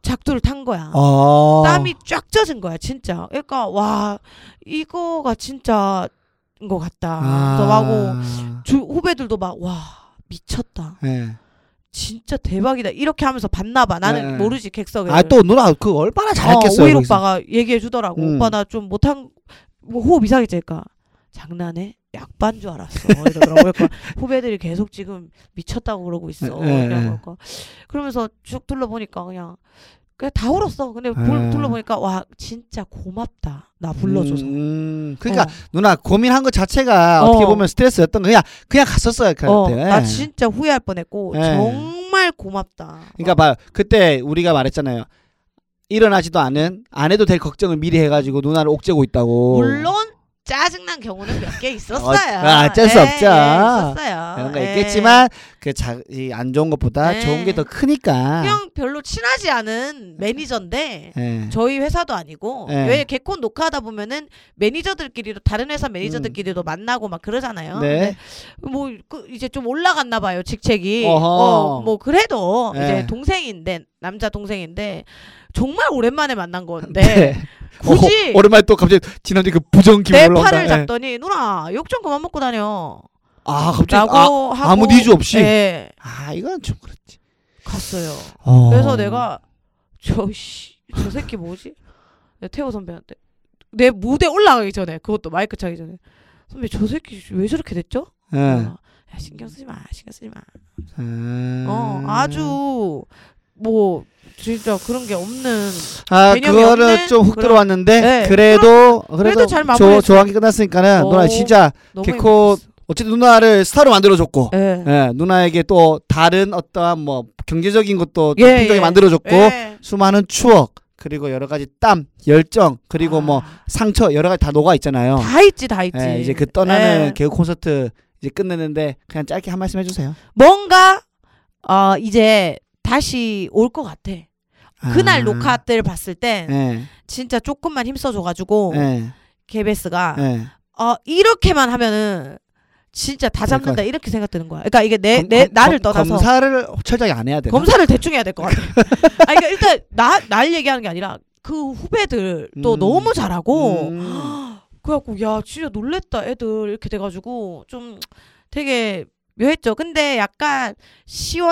S1: 작두를 탄 거야
S2: 어.
S1: 땀이 쫙 젖은 거야 진짜 그러니까 와 이거가 진짜인 것 같다
S2: 아.
S1: 그래서 하고 주, 후배들도 막 와 미쳤다
S2: 예.
S1: 진짜 대박이다 이렇게 하면서 봤나 봐 나는
S2: 네.
S1: 모르지 객석에
S2: 아또 누나 그 얼마나
S1: 어,
S2: 잘했겠어요.
S1: 오일
S2: 거기서.
S1: 오빠가 얘기해 주더라고
S2: 음.
S1: 오빠 나 좀 못한 뭐 호흡 이상했지 그니까 장난해 약반 줄 알았어 이러더라고 그러니까
S2: [laughs]
S1: 후배들이 계속 지금 미쳤다고 그러고 있어
S2: 네, 네,
S1: 이러고
S2: 네.
S1: 그러니까. 그러면서 쭉 둘러보니까 그냥 그냥 다 울었어 근데
S2: 네.
S1: 볼- 둘러보니까 와 진짜 고맙다 나 불러줘서
S2: 음, 그러니까
S1: 어.
S2: 누나 고민한 것 자체가 어. 떻게
S1: 어.
S2: 보면 스트레스였던 거 그냥 그냥 갔었어야 할 것
S1: 어,
S2: 같아요.
S1: 나
S2: 예.
S1: 진짜 후회할 뻔했고
S2: 네.
S1: 정말 고맙다
S2: 그러니까 봐 그때 우리가 말했잖아요. 일어나지도 않은 안 해도 될 걱정을 미리 해가지고 누나를 옥죄고 있다고.
S1: 물론 짜증난 경우는 몇 개 있었어요.
S2: 어, 아, 어쩔 수
S1: 예, 예,
S2: 없죠.
S1: 있었어요.
S2: 그런 거
S1: 예.
S2: 있겠지만 그안 좋은 것보다
S1: 예.
S2: 좋은 게 더 크니까.
S1: 그냥 별로 친하지 않은 매니저인데
S2: 예.
S1: 저희 회사도 아니고
S2: 예.
S1: 왜 개콘 녹화하다 보면은 매니저들끼리도 다른 회사 매니저들끼리도 만나고 막 그러잖아요.
S2: 음. 네.
S1: 근데 뭐 그, 이제 좀 올라갔나 봐요 직책이.
S2: 어허.
S1: 어, 뭐 그래도
S2: 예.
S1: 이제 동생인데 남자 동생인데 정말 오랜만에 만난
S2: [laughs]
S1: 건데
S2: 어,
S1: 굳이
S2: 오랜만에 또 갑자기 지난주 그 부정 기분
S1: 내
S2: 올라온다.
S1: 팔을
S2: 예.
S1: 잡더니 누나 욕 좀 그만 먹고 다녀.
S2: 아 갑자기
S1: 라고
S2: 아,
S1: 하고
S2: 아무 이유 없이.
S1: 예,
S2: 아 이건 좀 그렇지.
S1: 갔어요.
S2: 어.
S1: 그래서 내가 저씨저 새끼 뭐지? 내 태호 선배한테 내 무대 올라가기 전에 그것도 마이크 차기 전에 선배 저 새끼 왜 저렇게 됐죠?
S2: 예.
S1: 내가, 야 신경 쓰지 마 신경 쓰지 마.
S2: 음.
S1: 어 아주 뭐 진짜 그런 게 없는
S2: 아
S1: 개념이 없네?
S2: 그거를 좀 훅
S1: 그럼-
S2: 들어왔는데
S1: 네.
S2: 그래도
S1: 그래도
S2: 그래도
S1: 잘
S2: 조,
S1: 마무리했어요.
S2: 조항이 끝났으니까는
S1: 어.
S2: 누나 진짜
S1: 너무
S2: 개코
S1: 행복했어.
S2: 어쨌든 누나를 스타로 만들어줬고
S1: 예.
S2: 예, 누나에게 또 다른 어떠한 뭐 경제적인 것도
S1: 예,
S2: 풍경이
S1: 예.
S2: 만들어줬고
S1: 예.
S2: 수많은 추억 그리고 여러 가지 땀 열정 그리고 뭐
S1: 아,
S2: 상처 여러 가지 다 녹아 있잖아요.
S1: 다 있지 다 있지.
S2: 예, 이제 그 떠나는
S1: 예.
S2: 개그 콘서트 이제 끝냈는데 그냥 짧게 한 말씀 해주세요.
S1: 뭔가 어 이제 다시 올 것 같아. 그날
S2: 아,
S1: 녹화 때를 봤을 땐
S2: 예,
S1: 진짜 조금만 힘써줘가지고
S2: 예,
S1: KBS가
S2: 예.
S1: 어 이렇게만 하면은 진짜 다 잡는다
S2: 그러니까.
S1: 이렇게 생각되는 거야. 그러니까 이게 내
S2: 검-
S1: 내
S2: 검-
S1: 나를
S2: 검-
S1: 떠나서
S2: 검사를 철저히 안 해야 되나?
S1: 검사를 대충 해야 될 것
S2: [laughs]
S1: 같아. 아 그러니까 일단 나날 얘기하는 게 아니라 그 후배들 또
S2: 음.
S1: 너무 잘하고
S2: 음.
S1: 그래갖고 야 진짜 놀랬다 애들 이렇게 돼가지고 좀 되게 묘했죠. 근데 약간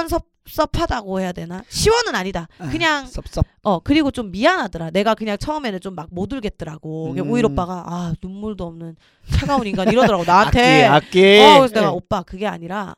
S1: 시원섭섭하다고 해야 되나? 시원은 아니다. 그냥
S2: 섭섭.
S1: 어 그리고 좀 미안하더라. 내가 그냥 처음에는 좀 막 못 울겠더라고.
S2: 음.
S1: 우일 오빠가 아 눈물도 없는 차가운 인간 이러더라고 나한테.
S2: 악기, 네.
S1: 어,
S2: 악기.
S1: 그래서 내가 오빠 그게 아니라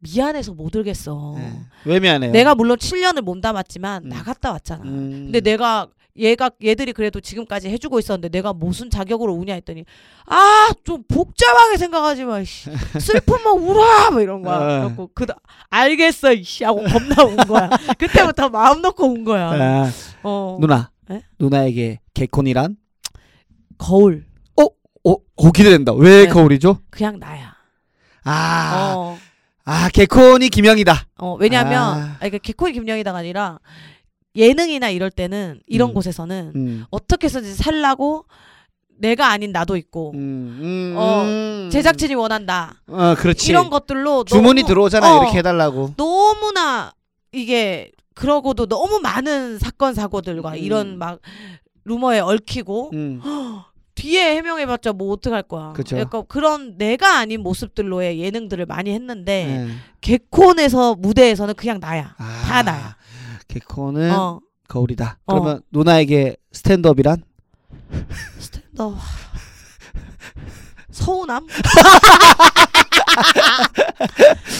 S1: 미안해서 못 울겠어.
S2: 예. 왜 미안해요?
S1: 내가 물론 7년을 몸담았지만
S2: 음.
S1: 나갔다 왔잖아.
S2: 음.
S1: 근데 내가 얘가 얘들이 그래도 지금까지 해주고 있었는데 내가 무슨 자격으로 우냐 했더니 아 좀 복잡하게 생각하지 마 씨. 슬프면 울어 뭐 이런
S2: 어.
S1: 거야 그래갖고 그 알겠어 이씨 하고 겁나 운 거야
S2: [laughs]
S1: 그때부터 마음 놓고 운 거야
S2: 아,
S1: 어
S2: 누나,
S1: 예?
S2: 누나에게 개콘이란?
S1: 거울
S2: 오, 오 기대된다. 왜
S1: 네.
S2: 거울이죠?
S1: 그냥 나야
S2: 아,
S1: 어,
S2: 아 개콘이 김영이다.
S1: 어 왜냐하면
S2: 아.
S1: 아. 그러니까 개코이 김영희다가 아니라 예능이나 이럴 때는 이런
S2: 음.
S1: 곳에서는
S2: 음,
S1: 어떻게 해서든지 살라고 내가 아닌 나도 있고
S2: 음, 음,
S1: 어,
S2: 음.
S1: 제작진이 원한다
S2: 어, 그렇지.
S1: 이런 것들로
S2: 주문이
S1: 너무,
S2: 들어오잖아
S1: 어.
S2: 이렇게 해달라고.
S1: 너무나 이게 그러고도 너무 많은 사건 사고들과
S2: 음.
S1: 이런 막 루머에 얽히고
S2: 음.
S1: 뒤에 해명해봤자 뭐 어떡할 거야.
S2: 그쵸.
S1: 약간 그런 내가 아닌 모습들로의 예능들을 많이 했는데
S2: 예.
S1: 개콘에서 무대에서는 그냥 나야.
S2: 아,
S1: 네. 다 나야.
S2: 개콘은
S1: 어
S2: 거울이다.
S1: 어.
S2: 그러면 누나에게 스탠드업이란?
S1: 스탠더
S2: [laughs]
S1: 서운함.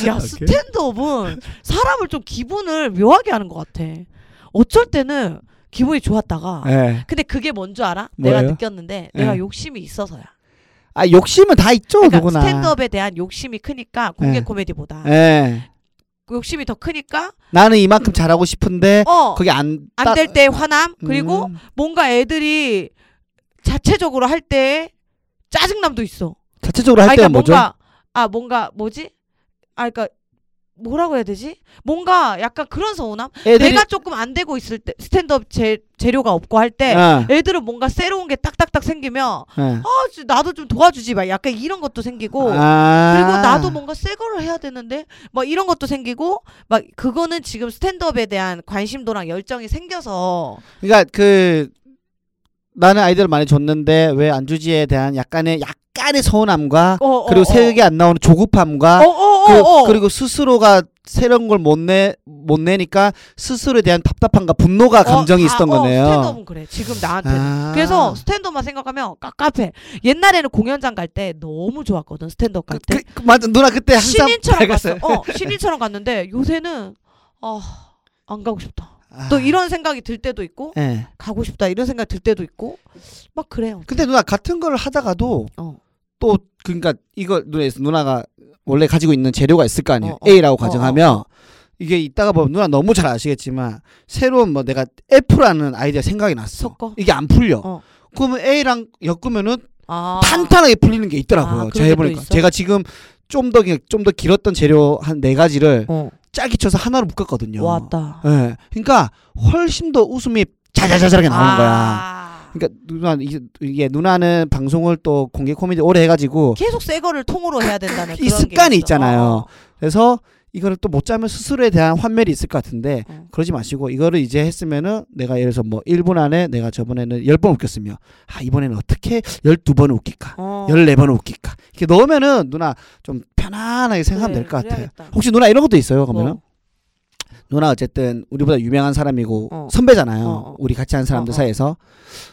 S1: 야 스탠드업은 사람을 좀 기분을 묘하게 하는 것 같아. 어쩔 때는 기분이 좋았다가
S2: 예.
S1: 근데 그게 뭔 줄 알아?
S2: 뭐예요?
S1: 내가 느꼈는데 내가
S2: 예.
S1: 욕심이 있어서야.
S2: 아 욕심은 다 있죠
S1: 그러니까
S2: 누구나.
S1: 스탠드업에 대한 욕심이 크니까 공개
S2: 예.
S1: 코미디보다
S2: 예.
S1: 욕심이 더 크니까
S2: 나는 이만큼 잘하고 싶은데
S1: 어
S2: 그게 안.
S1: 안
S2: 네. 따-
S1: 될 때 화남 그리고
S2: 음,
S1: 뭔가 애들이 자체적으로 할 때 짜증남도 있어.
S2: 자체적으로 할
S1: 아,
S2: 때가
S1: 그러니까
S2: 뭐죠?
S1: 뭔가 아 뭔가 뭐지? 아 그러니까 뭐라고 해야 되지? 뭔가 약간 그런 서운함?
S2: 애들이
S1: 내가 조금 안 되고 있을 때 스탠드업 재, 재료가 없고 할 때
S2: 어,
S1: 애들은 뭔가 새로운 게 딱딱딱 생기면
S2: 어.
S1: 아, 씨, 나도 좀 도와주지 마. 약간 이런 것도 생기고
S2: 아.
S1: 그리고 나도 뭐- 뭔가 새 거를 해야 되는데 막 이런 것도 생기고 막 그거는 지금 스탠드업에 대한 관심도랑 열정이 생겨서
S2: 그러니까 그 나는 아이디어를 많이 줬는데 왜 안 주지에 대한 약간의 약간의 서운함과
S1: 어, 어,
S2: 그리고
S1: 어.
S2: 새벽에 안 나오는 조급함과
S1: 어, 어,
S2: 그,
S1: 어, 어.
S2: 리고 스스로가 새로운 걸 못 내, 못 내니까 스스로에 대한 답답함과 분노가 감정이
S1: 어,
S2: 있었던
S1: 아, 어,
S2: 거네요.
S1: 스탠드업은 그래. 지금 나한테는.
S2: 아.
S1: 그래서 스탠드업만 생각하면 깝깝해. 옛날에는 공연장 갈 때 너무 좋았거든. 스탠드업 갈 때.
S2: 그, 그, 맞아 누나 그때 항상
S1: 네. 신인처럼 갔어.
S2: 밝았어요.
S1: 어, 신인처럼 갔는데 요새는 아, 안 가고 싶다.
S2: 아.
S1: 어, 또 이런 생각이 들 때도 있고
S2: 예.
S1: 가고 싶다 이런 생각 들 때도 있고 막 그래요.
S2: 근데 누나 같은 걸 하다가도
S1: 어.
S2: 또 그러니까 이걸 누나 누나가 원래 가지고 있는 재료가 있을 거 아니에요.
S1: 어, 어.
S2: A라고
S1: 어,
S2: 가정하면 이게 이따가 보면 누나 너무 잘 아시겠지만 새로운 뭐 내가 F라는 아이디어 생각이 났어.
S1: 섞어.
S2: 이게 안 풀려.
S1: 어.
S2: 그러면 A랑 엮으면은
S1: 아.
S2: 탄탄하게 풀리는 게 있더라고요.
S1: 아, 그런
S2: 제가
S1: 게
S2: 해보니까
S1: 또 있어?
S2: 제가 지금 좀 더 좀 더 길었던 재료 한 네 가지를
S1: 어.
S2: 짧게 쳐서 하나로 묶었거든요.
S1: 왔다.
S2: 예. 그러니까 훨씬 더 웃음이 자잘자잘하게 나오는 거야.
S1: 아.
S2: 그러니까 누나 이게, 이게 누나는 방송을 또 공개 코미디 오래 해가지고
S1: 계속 새 거를 통으로 해야 된다는
S2: 이
S1: 그런
S2: 습관이
S1: 게 있어.
S2: 있잖아요.
S1: 어.
S2: 그래서 이거를 또 못 짜면 스스로에 대한 환멸이 있을 것 같은데
S1: 어.
S2: 그러지 마시고 이거를 이제 했으면은 내가 예를 들어서 뭐 1분 안에 내가 저번에는 10번 웃겼으며 아 이번에는 어떻게 12번 웃길까?
S1: 어.
S2: 14번 웃길까? 이렇게 넣으면은 누나 좀 편안하게 생각하면
S1: 그래,
S2: 될 것 같아요.
S1: 네, 그래야겠다.
S2: 혹시 누나 이런 것도 있어요? 그러면은
S1: 뭐.
S2: 누나 어쨌든 우리보다 유명한 사람이고
S1: 어.
S2: 선배잖아요.
S1: 어, 어.
S2: 우리 같이 하는 사람들
S1: 어, 어.
S2: 사이에서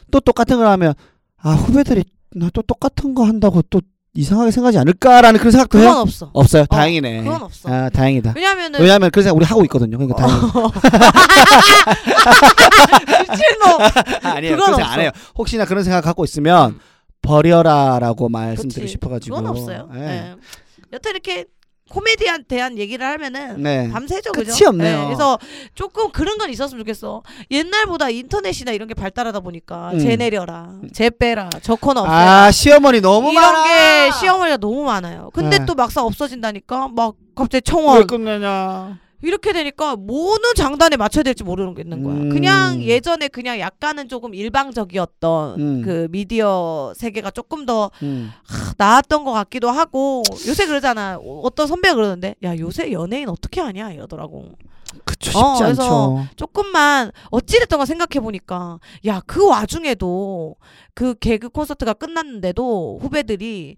S2: 또 똑같은 걸 하면 아 후배들이 나 또 똑같은 거 한다고 또 이상하게 생각하지 않을까라는 그런 생각도
S1: 그건
S2: 해요.
S1: 없어.
S2: 없어요. 다행이네.
S1: 그건 없어.
S2: 아 다행이다.
S1: 왜냐면은 어.
S2: 왜냐하면 그런 생각 우리 하고 있거든요. 그러니까
S1: [laughs]
S2: 다행. [laughs]
S1: 미친놈.
S2: 아, 아니에요.
S1: 그건
S2: 그런 생각 안
S1: 없어. 음.
S2: 해요. 혹시나 그런 생각 갖고 있으면 버려라라고 말씀드리고
S1: 그치.
S2: 싶어가지고.
S1: 그건 없어요.
S2: 예.
S1: 예. 여튼 이렇게 코미디한 대한 얘기를 하면은
S2: 네.
S1: 밤새죠,
S2: 끝이
S1: 그죠?
S2: 없네요.
S1: 그래서 조금 그런 건 있었으면 좋겠어. 옛날보다 인터넷이나 이런 게 발달하다 보니까
S2: 음.
S1: 재 내려라, 재 빼라, 저 코너 없애라.
S2: 아 시어머니 너무
S1: 이런
S2: 많아.
S1: 게 시어머니가 너무 많아요. 근데
S2: 네.
S1: 또 막상 없어진다니까 막 갑자기
S2: 왜
S1: 청원
S2: 끝내냐?
S1: 이렇게 되니까 뭐는 장단에 맞춰야 될지 모르는 게 있는 거야.
S2: 음.
S1: 그냥 예전에 그냥 약간은 조금 일방적이었던
S2: 음.
S1: 그 미디어 세계가 조금 더
S2: 음.
S1: 탁 나았던 것 같기도 하고 요새 그러잖아. 어, 어떤 선배가 그러는데 야 요새 연예인 어떻게 하냐 이러더라고.
S2: 그쵸
S1: 어,
S2: 쉽지
S1: 그래서
S2: 않죠.
S1: 조금만 어찌됐던가 생각해 보니까 야 그 와중에도 그 개그 콘서트가 끝났는데도 후배들이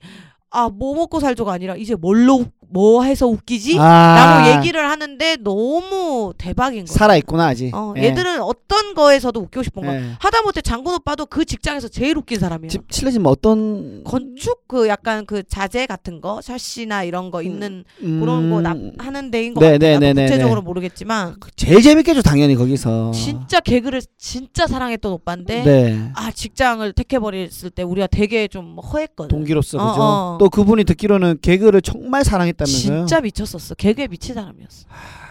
S1: 아 뭐 먹고 살죠가 아니라 이제 뭘로 뭐 해서 웃기지?
S2: 아,
S1: 라고 얘기를 하는데 너무 대박인 거야.
S2: 살아 있구나 아직.
S1: 어,
S2: 예.
S1: 얘들은 어떤 거에서도 웃기고 싶은 거야.
S2: 예.
S1: 하다못해 장군 오빠도 그 직장에서 제일 웃긴 사람이야.
S2: 집 실례지만 어떤
S1: 건축 그 약간 그 자재 같은 거 샤시나 이런 거 있는
S2: 음,
S1: 그런 거 납, 하는 데인 것
S2: 네, 네,
S1: 같아요.
S2: 네,
S1: 나도
S2: 네,
S1: 구체적으로
S2: 네.
S1: 모르겠지만
S2: 제일 재밌게죠 당연히 거기서.
S1: 진짜 개그를 진짜 사랑했던 오빠인데
S2: 네.
S1: 아 직장을 택해버렸을 때 우리가 되게 좀 허했거든.
S2: 동기로서
S1: 어,
S2: 그죠.
S1: 어.
S2: 또 그분이 듣기로는 개그를 정말 사랑했다면서요.
S1: 진짜 미쳤었어. 개그에 미친 사람이었어.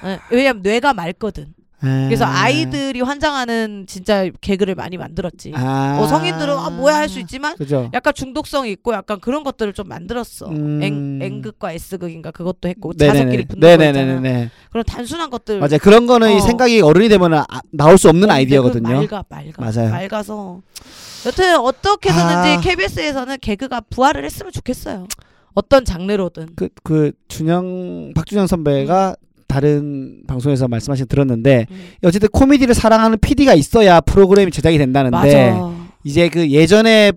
S1: 예, 왜냐면 뇌가 맑거든.
S2: 예.
S1: 그래서 아이들이 환장하는 진짜 개그를 많이 만들었지.
S2: 아.
S1: 뭐 성인들은 아 뭐야 할 수 있지만
S2: 그죠.
S1: 약간 중독성이 있고 약간 그런 것들을 좀 만들었어.
S2: 음.
S1: 앵, N극과 S극인가 그것도 했고
S2: 네네네.
S1: 자석끼리 붙는 거 있잖아.
S2: 네네네네.
S1: 그런 단순한 것들.
S2: 맞아요. 그런 거는 이
S1: 어.
S2: 생각이 어른이 되면 아, 나올 수 없는
S1: 근데 그
S2: 아이디어거든요.
S1: 맑아 맑아.
S2: 맞아요.
S1: 맑아서 여튼 어떻게 해서든지
S2: 아.
S1: KBS에서는 개그가 부활을 했으면 좋겠어요. 어떤 장르로든.
S2: 그, 그 준영 박준영 선배가 다른 방송에서 말씀하신 거 들었는데
S1: 음.
S2: 어쨌든 코미디를 사랑하는 PD가 있어야 프로그램이 제작이 된다는데
S1: 맞아.
S2: 이제 그 예전에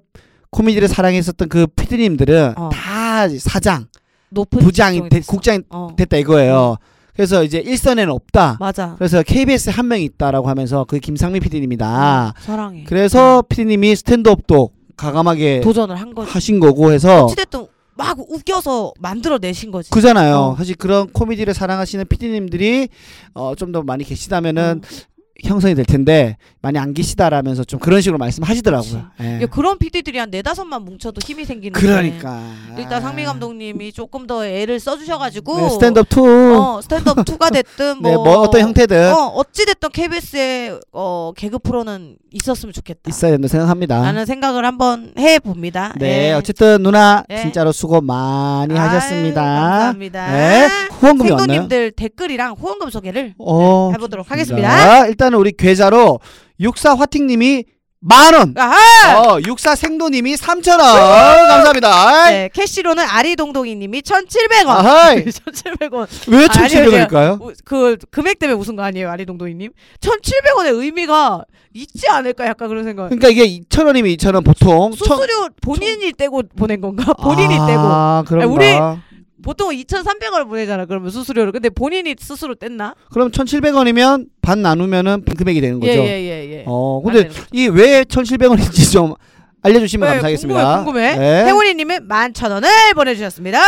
S2: 코미디를 사랑했었던 그 PD님들은
S1: 어.
S2: 다 사장,
S1: 높은
S2: 부장이
S1: 직종이
S2: 되,
S1: 됐어.
S2: 국장이
S1: 어.
S2: 됐다 이거예요. 그래서 이제 일선에는 없다.
S1: 맞아.
S2: 그래서 KBS에 한 명이 있다라고 하면서 그게 김상민 PD님이다.
S1: 음, 사랑해.
S2: 아. 그래서 PD님이 스탠드업도 가감하게
S1: 도전을 한 거지.
S2: 하신 거고 해서
S1: 어찌됐든 막 웃겨서 만들어내신 거지.
S2: 그잖아요.
S1: 어.
S2: 사실 그런 코미디를 사랑하시는 PD님들이 어, 좀 더 많이
S1: 음. 어.
S2: 계시다면은 형성이 될 텐데 많이 안 계시다라면서 좀 그런 식으로 말씀하시더라고요. 예.
S1: 야, 그런 PD들이 한 네다섯만 뭉쳐도 힘이 생기는
S2: 그러니까
S1: 일단 상미 감독님이 조금 더 애를 써주셔가지고
S2: 네, 스탠드업 투
S1: 어 스탠드업 투가 됐든 뭐,
S2: [laughs] 네, 뭐 어떤 형태든
S1: 어 어찌 됐든 KBS의 어 개그 프로는 있었으면 좋겠다.
S2: 있어야 된다 생각합니다.
S1: 라는 생각을 한번 해 봅니다.
S2: 네, 어쨌든 누나
S1: 예.
S2: 진짜로 수고 많이 하셨습니다.
S1: 감사합니다.
S2: 예, 후원금이 왔나요?
S1: 생도님들 네, 댓글이랑 후원금 소개를
S2: 어,
S1: 해보도록
S2: 좋습니다.
S1: 하겠습니다.
S2: 일단은 우리 계좌로 육사 화팅님이 만 원,
S1: 아하!
S2: 어, 육사 생도님이 삼천 원, 감사합니다.
S1: 네, 캐시로는 아리동동이님이 1,700원.
S2: 아하이.
S1: [laughs] 1,700원.
S2: 왜
S1: 아니요,
S2: 천칠백 원일까요?
S1: 우- 그 금액 때문에 웃은 거 아니에요, 아리동동이님? 1,700원의 의미가 있지 않을까 약간 그런 생각.
S2: 그러니까 이게 이천 원이면 이천 원 보통 천-
S1: 수수료 본인이 떼고 보낸 건가? [laughs] 본인이
S2: 아,
S1: 떼고.
S2: 그런가.
S1: 아니, 우리- 보통 2,300원을 보내잖아. 그러면 수수료를. 근데 본인이 스스로 뗐나?
S2: 그럼 천칠백 원이면 반 나누면은 금액이 되는 거죠.
S1: 예, 예, 예, 예.
S2: 어,
S1: 안
S2: 근데
S1: 되는 거죠.
S2: 이 왜 1,700원인지 좀 알려주시면
S1: 네,
S2: 감사하겠습니다.
S1: 궁금해, 궁금해.
S2: 네.
S1: 행운이님은 11,000원을 보내주셨습니다.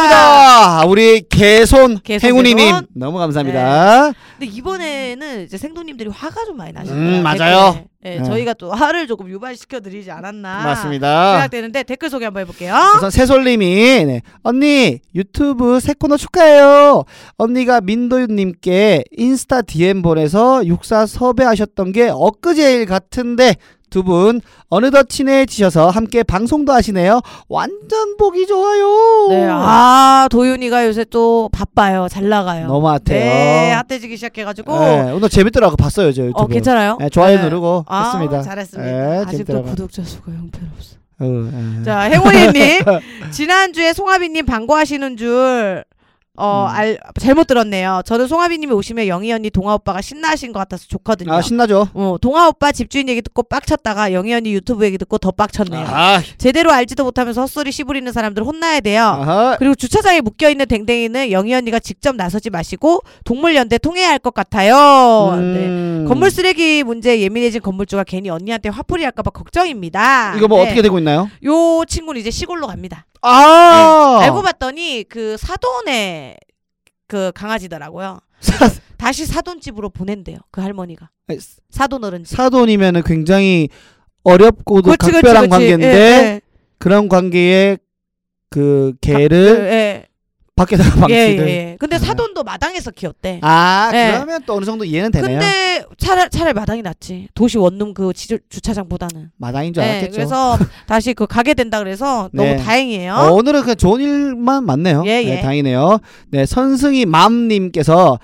S2: 감사합니다. 우리 개손,
S1: 개손,
S2: 행운이님
S1: 개손. 네.
S2: 너무 감사합니다.
S1: 근데 이번에는 이제 생도님들이 화가 좀 많이 나셨어요.
S2: 음, 맞아요.
S1: 예,
S2: 네.
S1: 저희가 또 화를 조금 유발시켜드리지 않았나.
S2: 맞습니다.
S1: 생각되는데 댓글 소개 한번 해볼게요.
S2: 우선 새솔님이 네. 언니 유튜브 새 코너 축하해요. 언니가 민도윤님께 인스타 DM 보내서 육사 섭외하셨던 게 엊그제일 같은데 두 분 어느덧 친해지셔서 함께 방송도 하시네요. 완전 보기 좋아요.
S1: 네, 아 도윤이가 요새 또 바빠요. 잘 나가요.
S2: 너무 핫해요.
S1: 네, 핫해지기 시작해가지고.
S2: 네, 오늘 재밌더라고 봤어요 저 유튜브.
S1: 어 괜찮아요?
S2: 네, 좋아요
S1: 네.
S2: 누르고
S1: 아,
S2: 했습니다.
S1: 잘했습니다.
S2: 예,
S1: 아직도
S2: 재밌더라고요.
S1: 구독자 수가 형편없어.
S2: 어, 예.
S1: 자,
S2: [laughs]
S1: 행운이님 지난주에 송하빈님 방구하시는 줄. 어,
S2: 음.
S1: 알, 잘못 들었네요. 저는 송하빈님이 오시면 영희 언니 동아 오빠가 신나신 것 같아서 좋거든요.
S2: 아 신나죠?
S1: 어, 동아 오빠 집주인 얘기 듣고 빡쳤다가 영희 언니 유튜브 얘기 듣고 더 빡쳤네요.
S2: 아,
S1: 제대로 알지도 못하면서 헛소리 씨부리는 사람들 혼나야 돼요.
S2: 아하.
S1: 그리고 주차장에 묶여 있는 댕댕이는 영희 언니가 직접 나서지 마시고 동물연대 통해야 할 것 같아요. 네.
S2: 음.
S1: 건물 쓰레기 문제에 예민해진 건물주가 괜히 언니한테 화풀이 할까봐 걱정입니다.
S2: 이거 뭐
S1: 네.
S2: 어떻게 되고 있나요?
S1: 요 친구는 이제 시골로 갑니다.
S2: 아
S1: 알고 봤더니 그 사돈의 그 강아지더라고요.
S2: 사,
S1: 다시 사돈 집으로 보낸대요. 그 할머니가
S2: 아니,
S1: 사돈 어른 집.
S2: 사돈이면은 굉장히 어렵고도
S1: 그렇지, 예, 그렇지,
S2: 각별한
S1: 그렇지.
S2: 관계인데
S1: 예, 예.
S2: 그런 관계에 그 개를
S1: 예.
S2: 밖에다가
S1: 예,
S2: 방치를.
S1: 예, 예. 근데 사돈도 마당에서 키웠대.
S2: 아
S1: 예.
S2: 그러면 또 어느 정도 이해는 되네요.
S1: 근데 차라, 차라리 마당이 낫지. 도시 원룸 그 지주, 주차장보다는.
S2: 마당인 줄
S1: 네,
S2: 알았겠죠.
S1: 그래서 다시 그 가게 된다 그래서
S2: [laughs] 네.
S1: 너무 다행이에요.
S2: 어, 오늘은 그냥 좋은 일만 많네요.
S1: 예,
S2: 네,
S1: 예.
S2: 다행이네요. 네, 선승이 맘님께서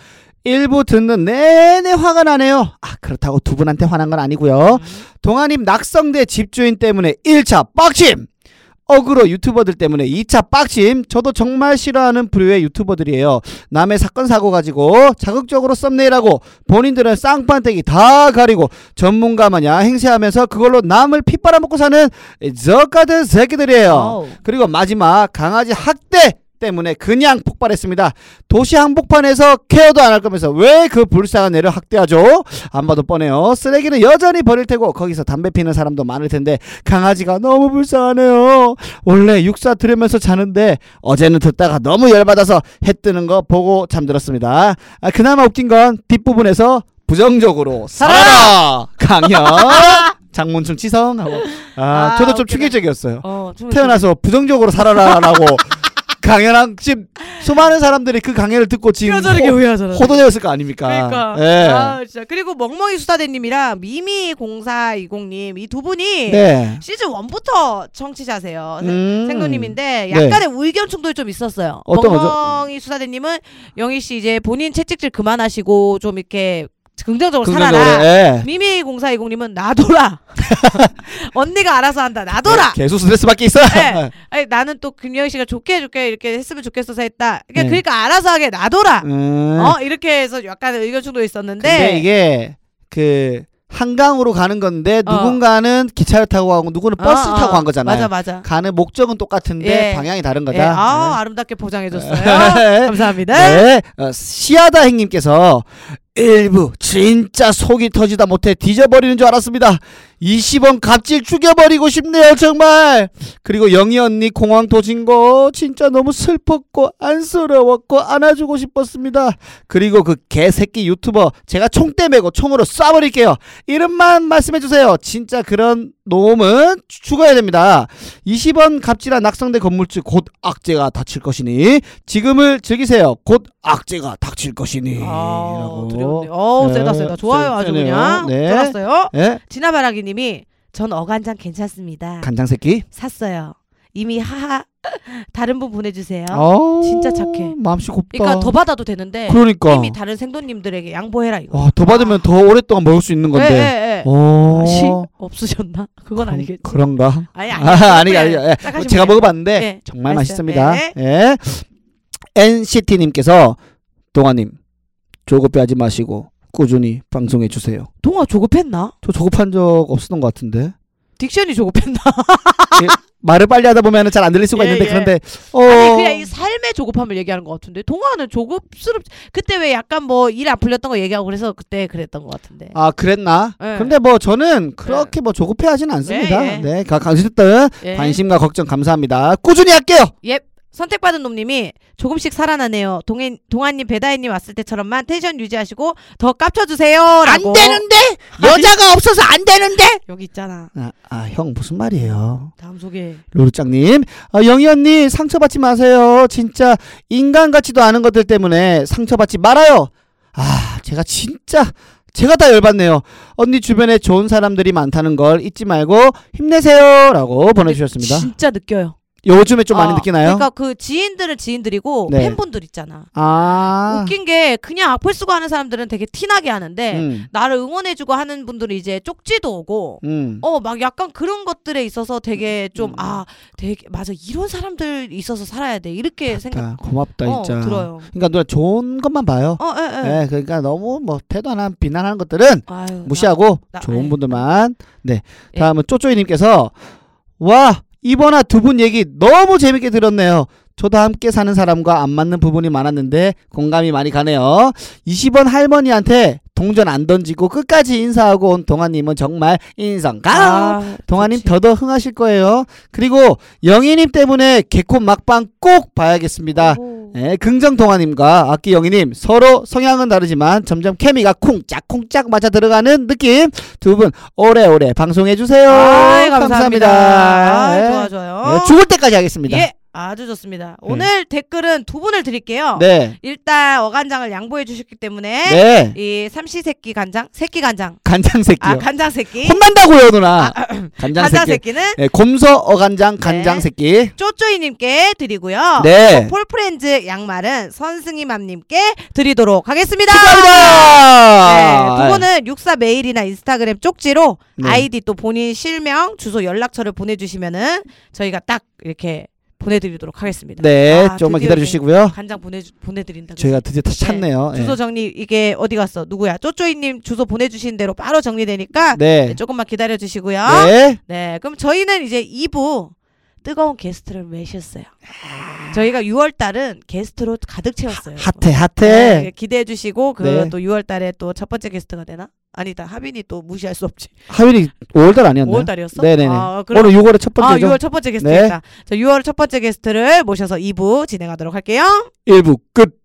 S2: 일부 듣는 내내 화가 나네요. 아, 그렇다고 두 분한테 화난 건 아니고요.
S1: 음.
S2: 동아님 낙성대 집주인 때문에 1차 빡침! 어그로 유튜버들 때문에 2차 빡침! 저도 정말 싫어하는 부류의 유튜버들이에요. 남의 사건 사고 가지고 자극적으로 썸네일하고 본인들은 쌍판떼기 다 가리고 전문가 마냥 행세하면서 그걸로 남을 핏 빨아먹고 사는 저 같은 새끼들이에요.
S1: 어우.
S2: 그리고 마지막 강아지 학대 때문에 그냥 폭발했습니다. 도시 한복판에서 케어도 안 할 거면서 왜 그 불쌍한 애를 학대하죠? 안 봐도 뻔해요. 쓰레기는 여전히 버릴 테고 거기서 담배 피는 사람도 많을 텐데 강아지가 너무 불쌍하네요. 원래 육사 들으면서 자는데 어제는 듣다가 너무 열받아서 해 뜨는 거 보고 잠들었습니다. 아, 그나마 웃긴 건 뒷부분에서 부정적으로 살아라
S1: [laughs]
S2: 강연 장문충 치성하고 아,
S1: 아,
S2: 저도 좀
S1: 웃기다.
S2: 충격적이었어요.
S1: 어, 좀
S2: 태어나서
S1: [laughs]
S2: 부정적으로 살아라라고 강연한 지금 수많은 사람들이 그 강연을 듣고 지금
S1: 뼈저리게
S2: 호,
S1: 후회하잖아.
S2: 호도되었을 거 아닙니까?
S1: 그러니까.
S2: 예.
S1: 아, 진짜. 그리고 멍멍이 수다대님이랑 미미0420님 이 두 분이
S2: 네.
S1: 시즌 1부터 청취자세요. 예. 어, 생-
S2: 음.
S1: 생도님인데
S2: 네.
S1: 약간의 의견 충돌이 좀 있었어요.
S2: 어떤 거죠?
S1: 멍멍이 수사대님은 영희 씨 이제 본인 채찍질 그만하시고 좀 이렇게 긍정적으로
S2: 긍정적으로.
S1: 뭐 살아라.
S2: 예.
S1: 미미 공사이공님은 놔둬라. [laughs] 언니가 알아서 한다. 놔둬라.
S2: 계속 스트레스 받게 있어.
S1: 네. 아니, 나는 또 김영희 씨가 좋게 좋게 이렇게 했으면 좋겠어서 했다. 그러니까,
S2: 네.
S1: 그러니까 알아서 하게 놔둬라.
S2: [laughs] 음.
S1: 어 네. 이렇게 해서 약간 의견 충돌이 있었는데.
S2: 근데 이게 그 한강으로 가는 건데
S1: 어.
S2: 누군가는 기차를 타고 가고 누구는
S1: 어,
S2: 버스를
S1: 어,
S2: 타고 간 거잖아요.
S1: 맞아 맞아.
S2: 가는 목적은 똑같은데
S1: 예.
S2: 방향이 다른 네. 거다.
S1: 예, 아 아름답게
S2: [laughs]
S1: 포장해줬어요. [laughs] 감사합니다.
S2: 네. 어, 시아다행님께서 일부 진짜 속이 터지다 못해 뒤져버리는 줄 알았습니다. 20원 갑질 죽여버리고 싶네요 정말. 그리고 영희 언니 공항 도진 거 진짜 너무 슬펐고 안쓰러웠고 안아주고 싶었습니다. 그리고 그 개새끼 유튜버 제가 총대 메고 총으로 쏴버릴게요. 이름만 말씀해주세요. 진짜 그런 놈은 죽어야 됩니다. 20원 갑질한 낙성대 건물주 곧 악재가 닥칠 것이니 지금을 즐기세요. 곧 악재가 닥칠 것이니.
S1: 아,
S2: 라고.
S1: 두려운데. 어,
S2: 네,
S1: 세다 세다. 좋아요, 아주
S2: 세네요.
S1: 그냥.
S2: 네.
S1: 좋았어요.
S2: 예?
S1: 진화바라기님이 전 어간장 괜찮습니다.
S2: 간장 새끼.
S1: 샀어요. 이미 하하 [laughs] 다른 분 보내주세요.
S2: 어.
S1: 진짜 착해.
S2: 마음씨 곱다.
S1: 그러니까 더 받아도 되는데
S2: 그러니까.
S1: 이미 다른 생도님들에게 양보해라 이거.
S2: 와, 더 받으면 더 오랫동안 먹을 수 있는
S1: 예,
S2: 건데.
S1: 예, 예.
S2: 오.
S1: 시 없으셨나? 그건 아니겠지.
S2: 그런가?
S1: 아니 아니.
S2: 아, 아니, 아니,
S1: 그냥
S2: 예.
S1: 시작하시면
S2: 제가
S1: 돼요.
S2: 먹어봤는데
S1: 네,
S2: 정말
S1: 맛있어요.
S2: 맛있습니다.
S1: 네.
S2: 예. NCT님께서 동아님 조급해하지 마시고 꾸준히 방송해 주세요.
S1: 동화 조급했나?
S2: 저 조급한 적 없었던 것 같은데
S1: 딕션이 조급했나?
S2: 말을 빨리 하다 보면 잘 안 들릴 수가
S1: 예,
S2: 있는데
S1: 예.
S2: 그런데 어
S1: 아니 그냥 이 삶의 조급함을 얘기하는 것 같은데 동화는 조급스럽. 그때 왜 약간 뭐 일 안 풀렸던 거 얘기하고 그래서 그때 그랬던 것 같은데.
S2: 아 그랬나?
S1: 예.
S2: 근데 뭐 저는 그렇게 뭐 조급해하진 않습니다.
S1: 예, 예.
S2: 네, 가- 어쨌든
S1: 예.
S2: 관심과 걱정 감사합니다. 꾸준히 할게요.
S1: 선택받은 놈님이 조금씩 살아나네요. 동인 동아님 배다혜님 왔을 때처럼만 텐션 유지하시고 더 깝쳐주세요라고.
S2: 여자가 없어서 안 되는데.
S1: 여기 있잖아.
S2: 아 형 무슨 말이에요?
S1: 다음 소개.
S2: 루루짱님, 아, 영희 언니 상처받지 마세요. 진짜 인간 같지도 않은 것들 때문에 상처받지 말아요. 아, 제가 진짜 제가 다 열받네요. 언니 주변에 좋은 사람들이 많다는 걸 잊지 말고 힘내세요라고 보내주셨습니다.
S1: 진짜 느껴요.
S2: 요즘에 좀 많이
S1: 어,
S2: 느끼나요?
S1: 그러니까 그 지인들은 지인들이고
S2: 네.
S1: 팬분들 있잖아.
S2: 아,
S1: 웃긴 게 그냥 악플 쓰고 하는 사람들은 되게 티나게 하는데
S2: 음,
S1: 나를 응원해주고 하는 분들이 이제 쪽지도 오고
S2: 음.
S1: 어 막 약간 그런 것들에 있어서 되게 좀 아 되게 맞아 이런 사람들 있어서 살아야 돼 이렇게 생각
S2: 아, 고맙다
S1: 어,
S2: 진짜.
S1: 들어요.
S2: 그러니까 누나 좋은 것만 봐요.
S1: 어, 예, 예.
S2: 네, 그러니까 너무 뭐 태도 하나 비난하는 것들은
S1: 아유,
S2: 무시하고
S1: 나-
S2: 좋은
S1: 예.
S2: 분들만 네
S1: 예.
S2: 다음은 쪼쪼이님께서 와 이번화 두 분 얘기 너무 재밌게 들었네요 저도 함께 사는 사람과 안 맞는 부분이 많았는데 공감이 많이 가네요 20원 할머니한테 동전 안 던지고 끝까지 인사하고 온 동아님은 정말 인성 강
S1: 아,
S2: 동아님
S1: 좋지.
S2: 더더 흥하실 거예요 그리고 영희님 때문에 개콘 막방 꼭 봐야겠습니다
S1: 오.
S2: 네, 긍정 동아님과 악기 영희님 서로 성향은 다르지만 점점 케미가 쿵짝쿵짝 맞아 들어가는 느낌 두 분 오래오래 방송해 주세요.
S1: 아이, 감사합니다. 아, 좋아 좋아요.
S2: 네, 죽을 때까지 하겠습니다.
S1: 예. 아주 좋습니다. 오늘 댓글은 두 분을 드릴게요.
S2: 네.
S1: 일단 어간장을 양보해 주셨기 때문에
S2: 네.
S1: 이 삼시세끼 간장, 새끼 간장,
S2: 간장 새끼요.
S1: 아 간장 새끼,
S2: 혼난다고요, 누나. 간장
S1: 간장
S2: 새끼.
S1: 새끼는 네.
S2: 네, 곰소 어간장 간장 새끼.
S1: 쪼쪼이님께 드리고요.
S2: 네.
S1: 어, 폴프렌즈 양말은 선승이맘님께 드리도록 하겠습니다.
S2: 축하합니다.
S1: 어, 네, 두 분은 육사 메일이나 인스타그램 쪽지로
S2: 아, 네.
S1: 아이디 또 본인 실명, 주소, 연락처를 보내주시면은 저희가 딱 이렇게 보내드리도록 하겠습니다.
S2: 네,
S1: 아,
S2: 조금만
S1: 드디어
S2: 기다려 주시고요.
S1: 이제 간장 보내 보내드린다.
S2: 저희가 드디어 다 찾네요.
S1: 주소 정리 이게 어디 갔어? 누구야? 쪼쪼이님 주소 보내주신 대로 바로 정리되니까 네,
S2: 네.
S1: 조금만 기다려 주시고요.
S2: 네. 네.
S1: 네, 그럼 저희는 이제 2부 뜨거운 게스트를 모셨어요. 저희가 6월 달은 게스트로 가득 채웠어요.
S2: 아. 핫해
S1: 아. 네,
S2: 핫해.
S1: 기대해 주시고 그
S2: 네.
S1: 또 6월 달에 또 첫 번째 게스트가 되나? 아니다. 하빈이 또 무시할 수 없지.
S2: 하빈이 5월달 아니었나요?
S1: 5월 달이었어?
S2: 네네네.
S1: 아, 그럼
S2: 오늘 6월에 첫
S1: 아,
S2: 번째죠. 네.
S1: 6월 첫 번째 게스트였다. 자, 6월 첫 번째 게스트를 모셔서 2부 진행하도록 할게요.
S2: 1부 끝.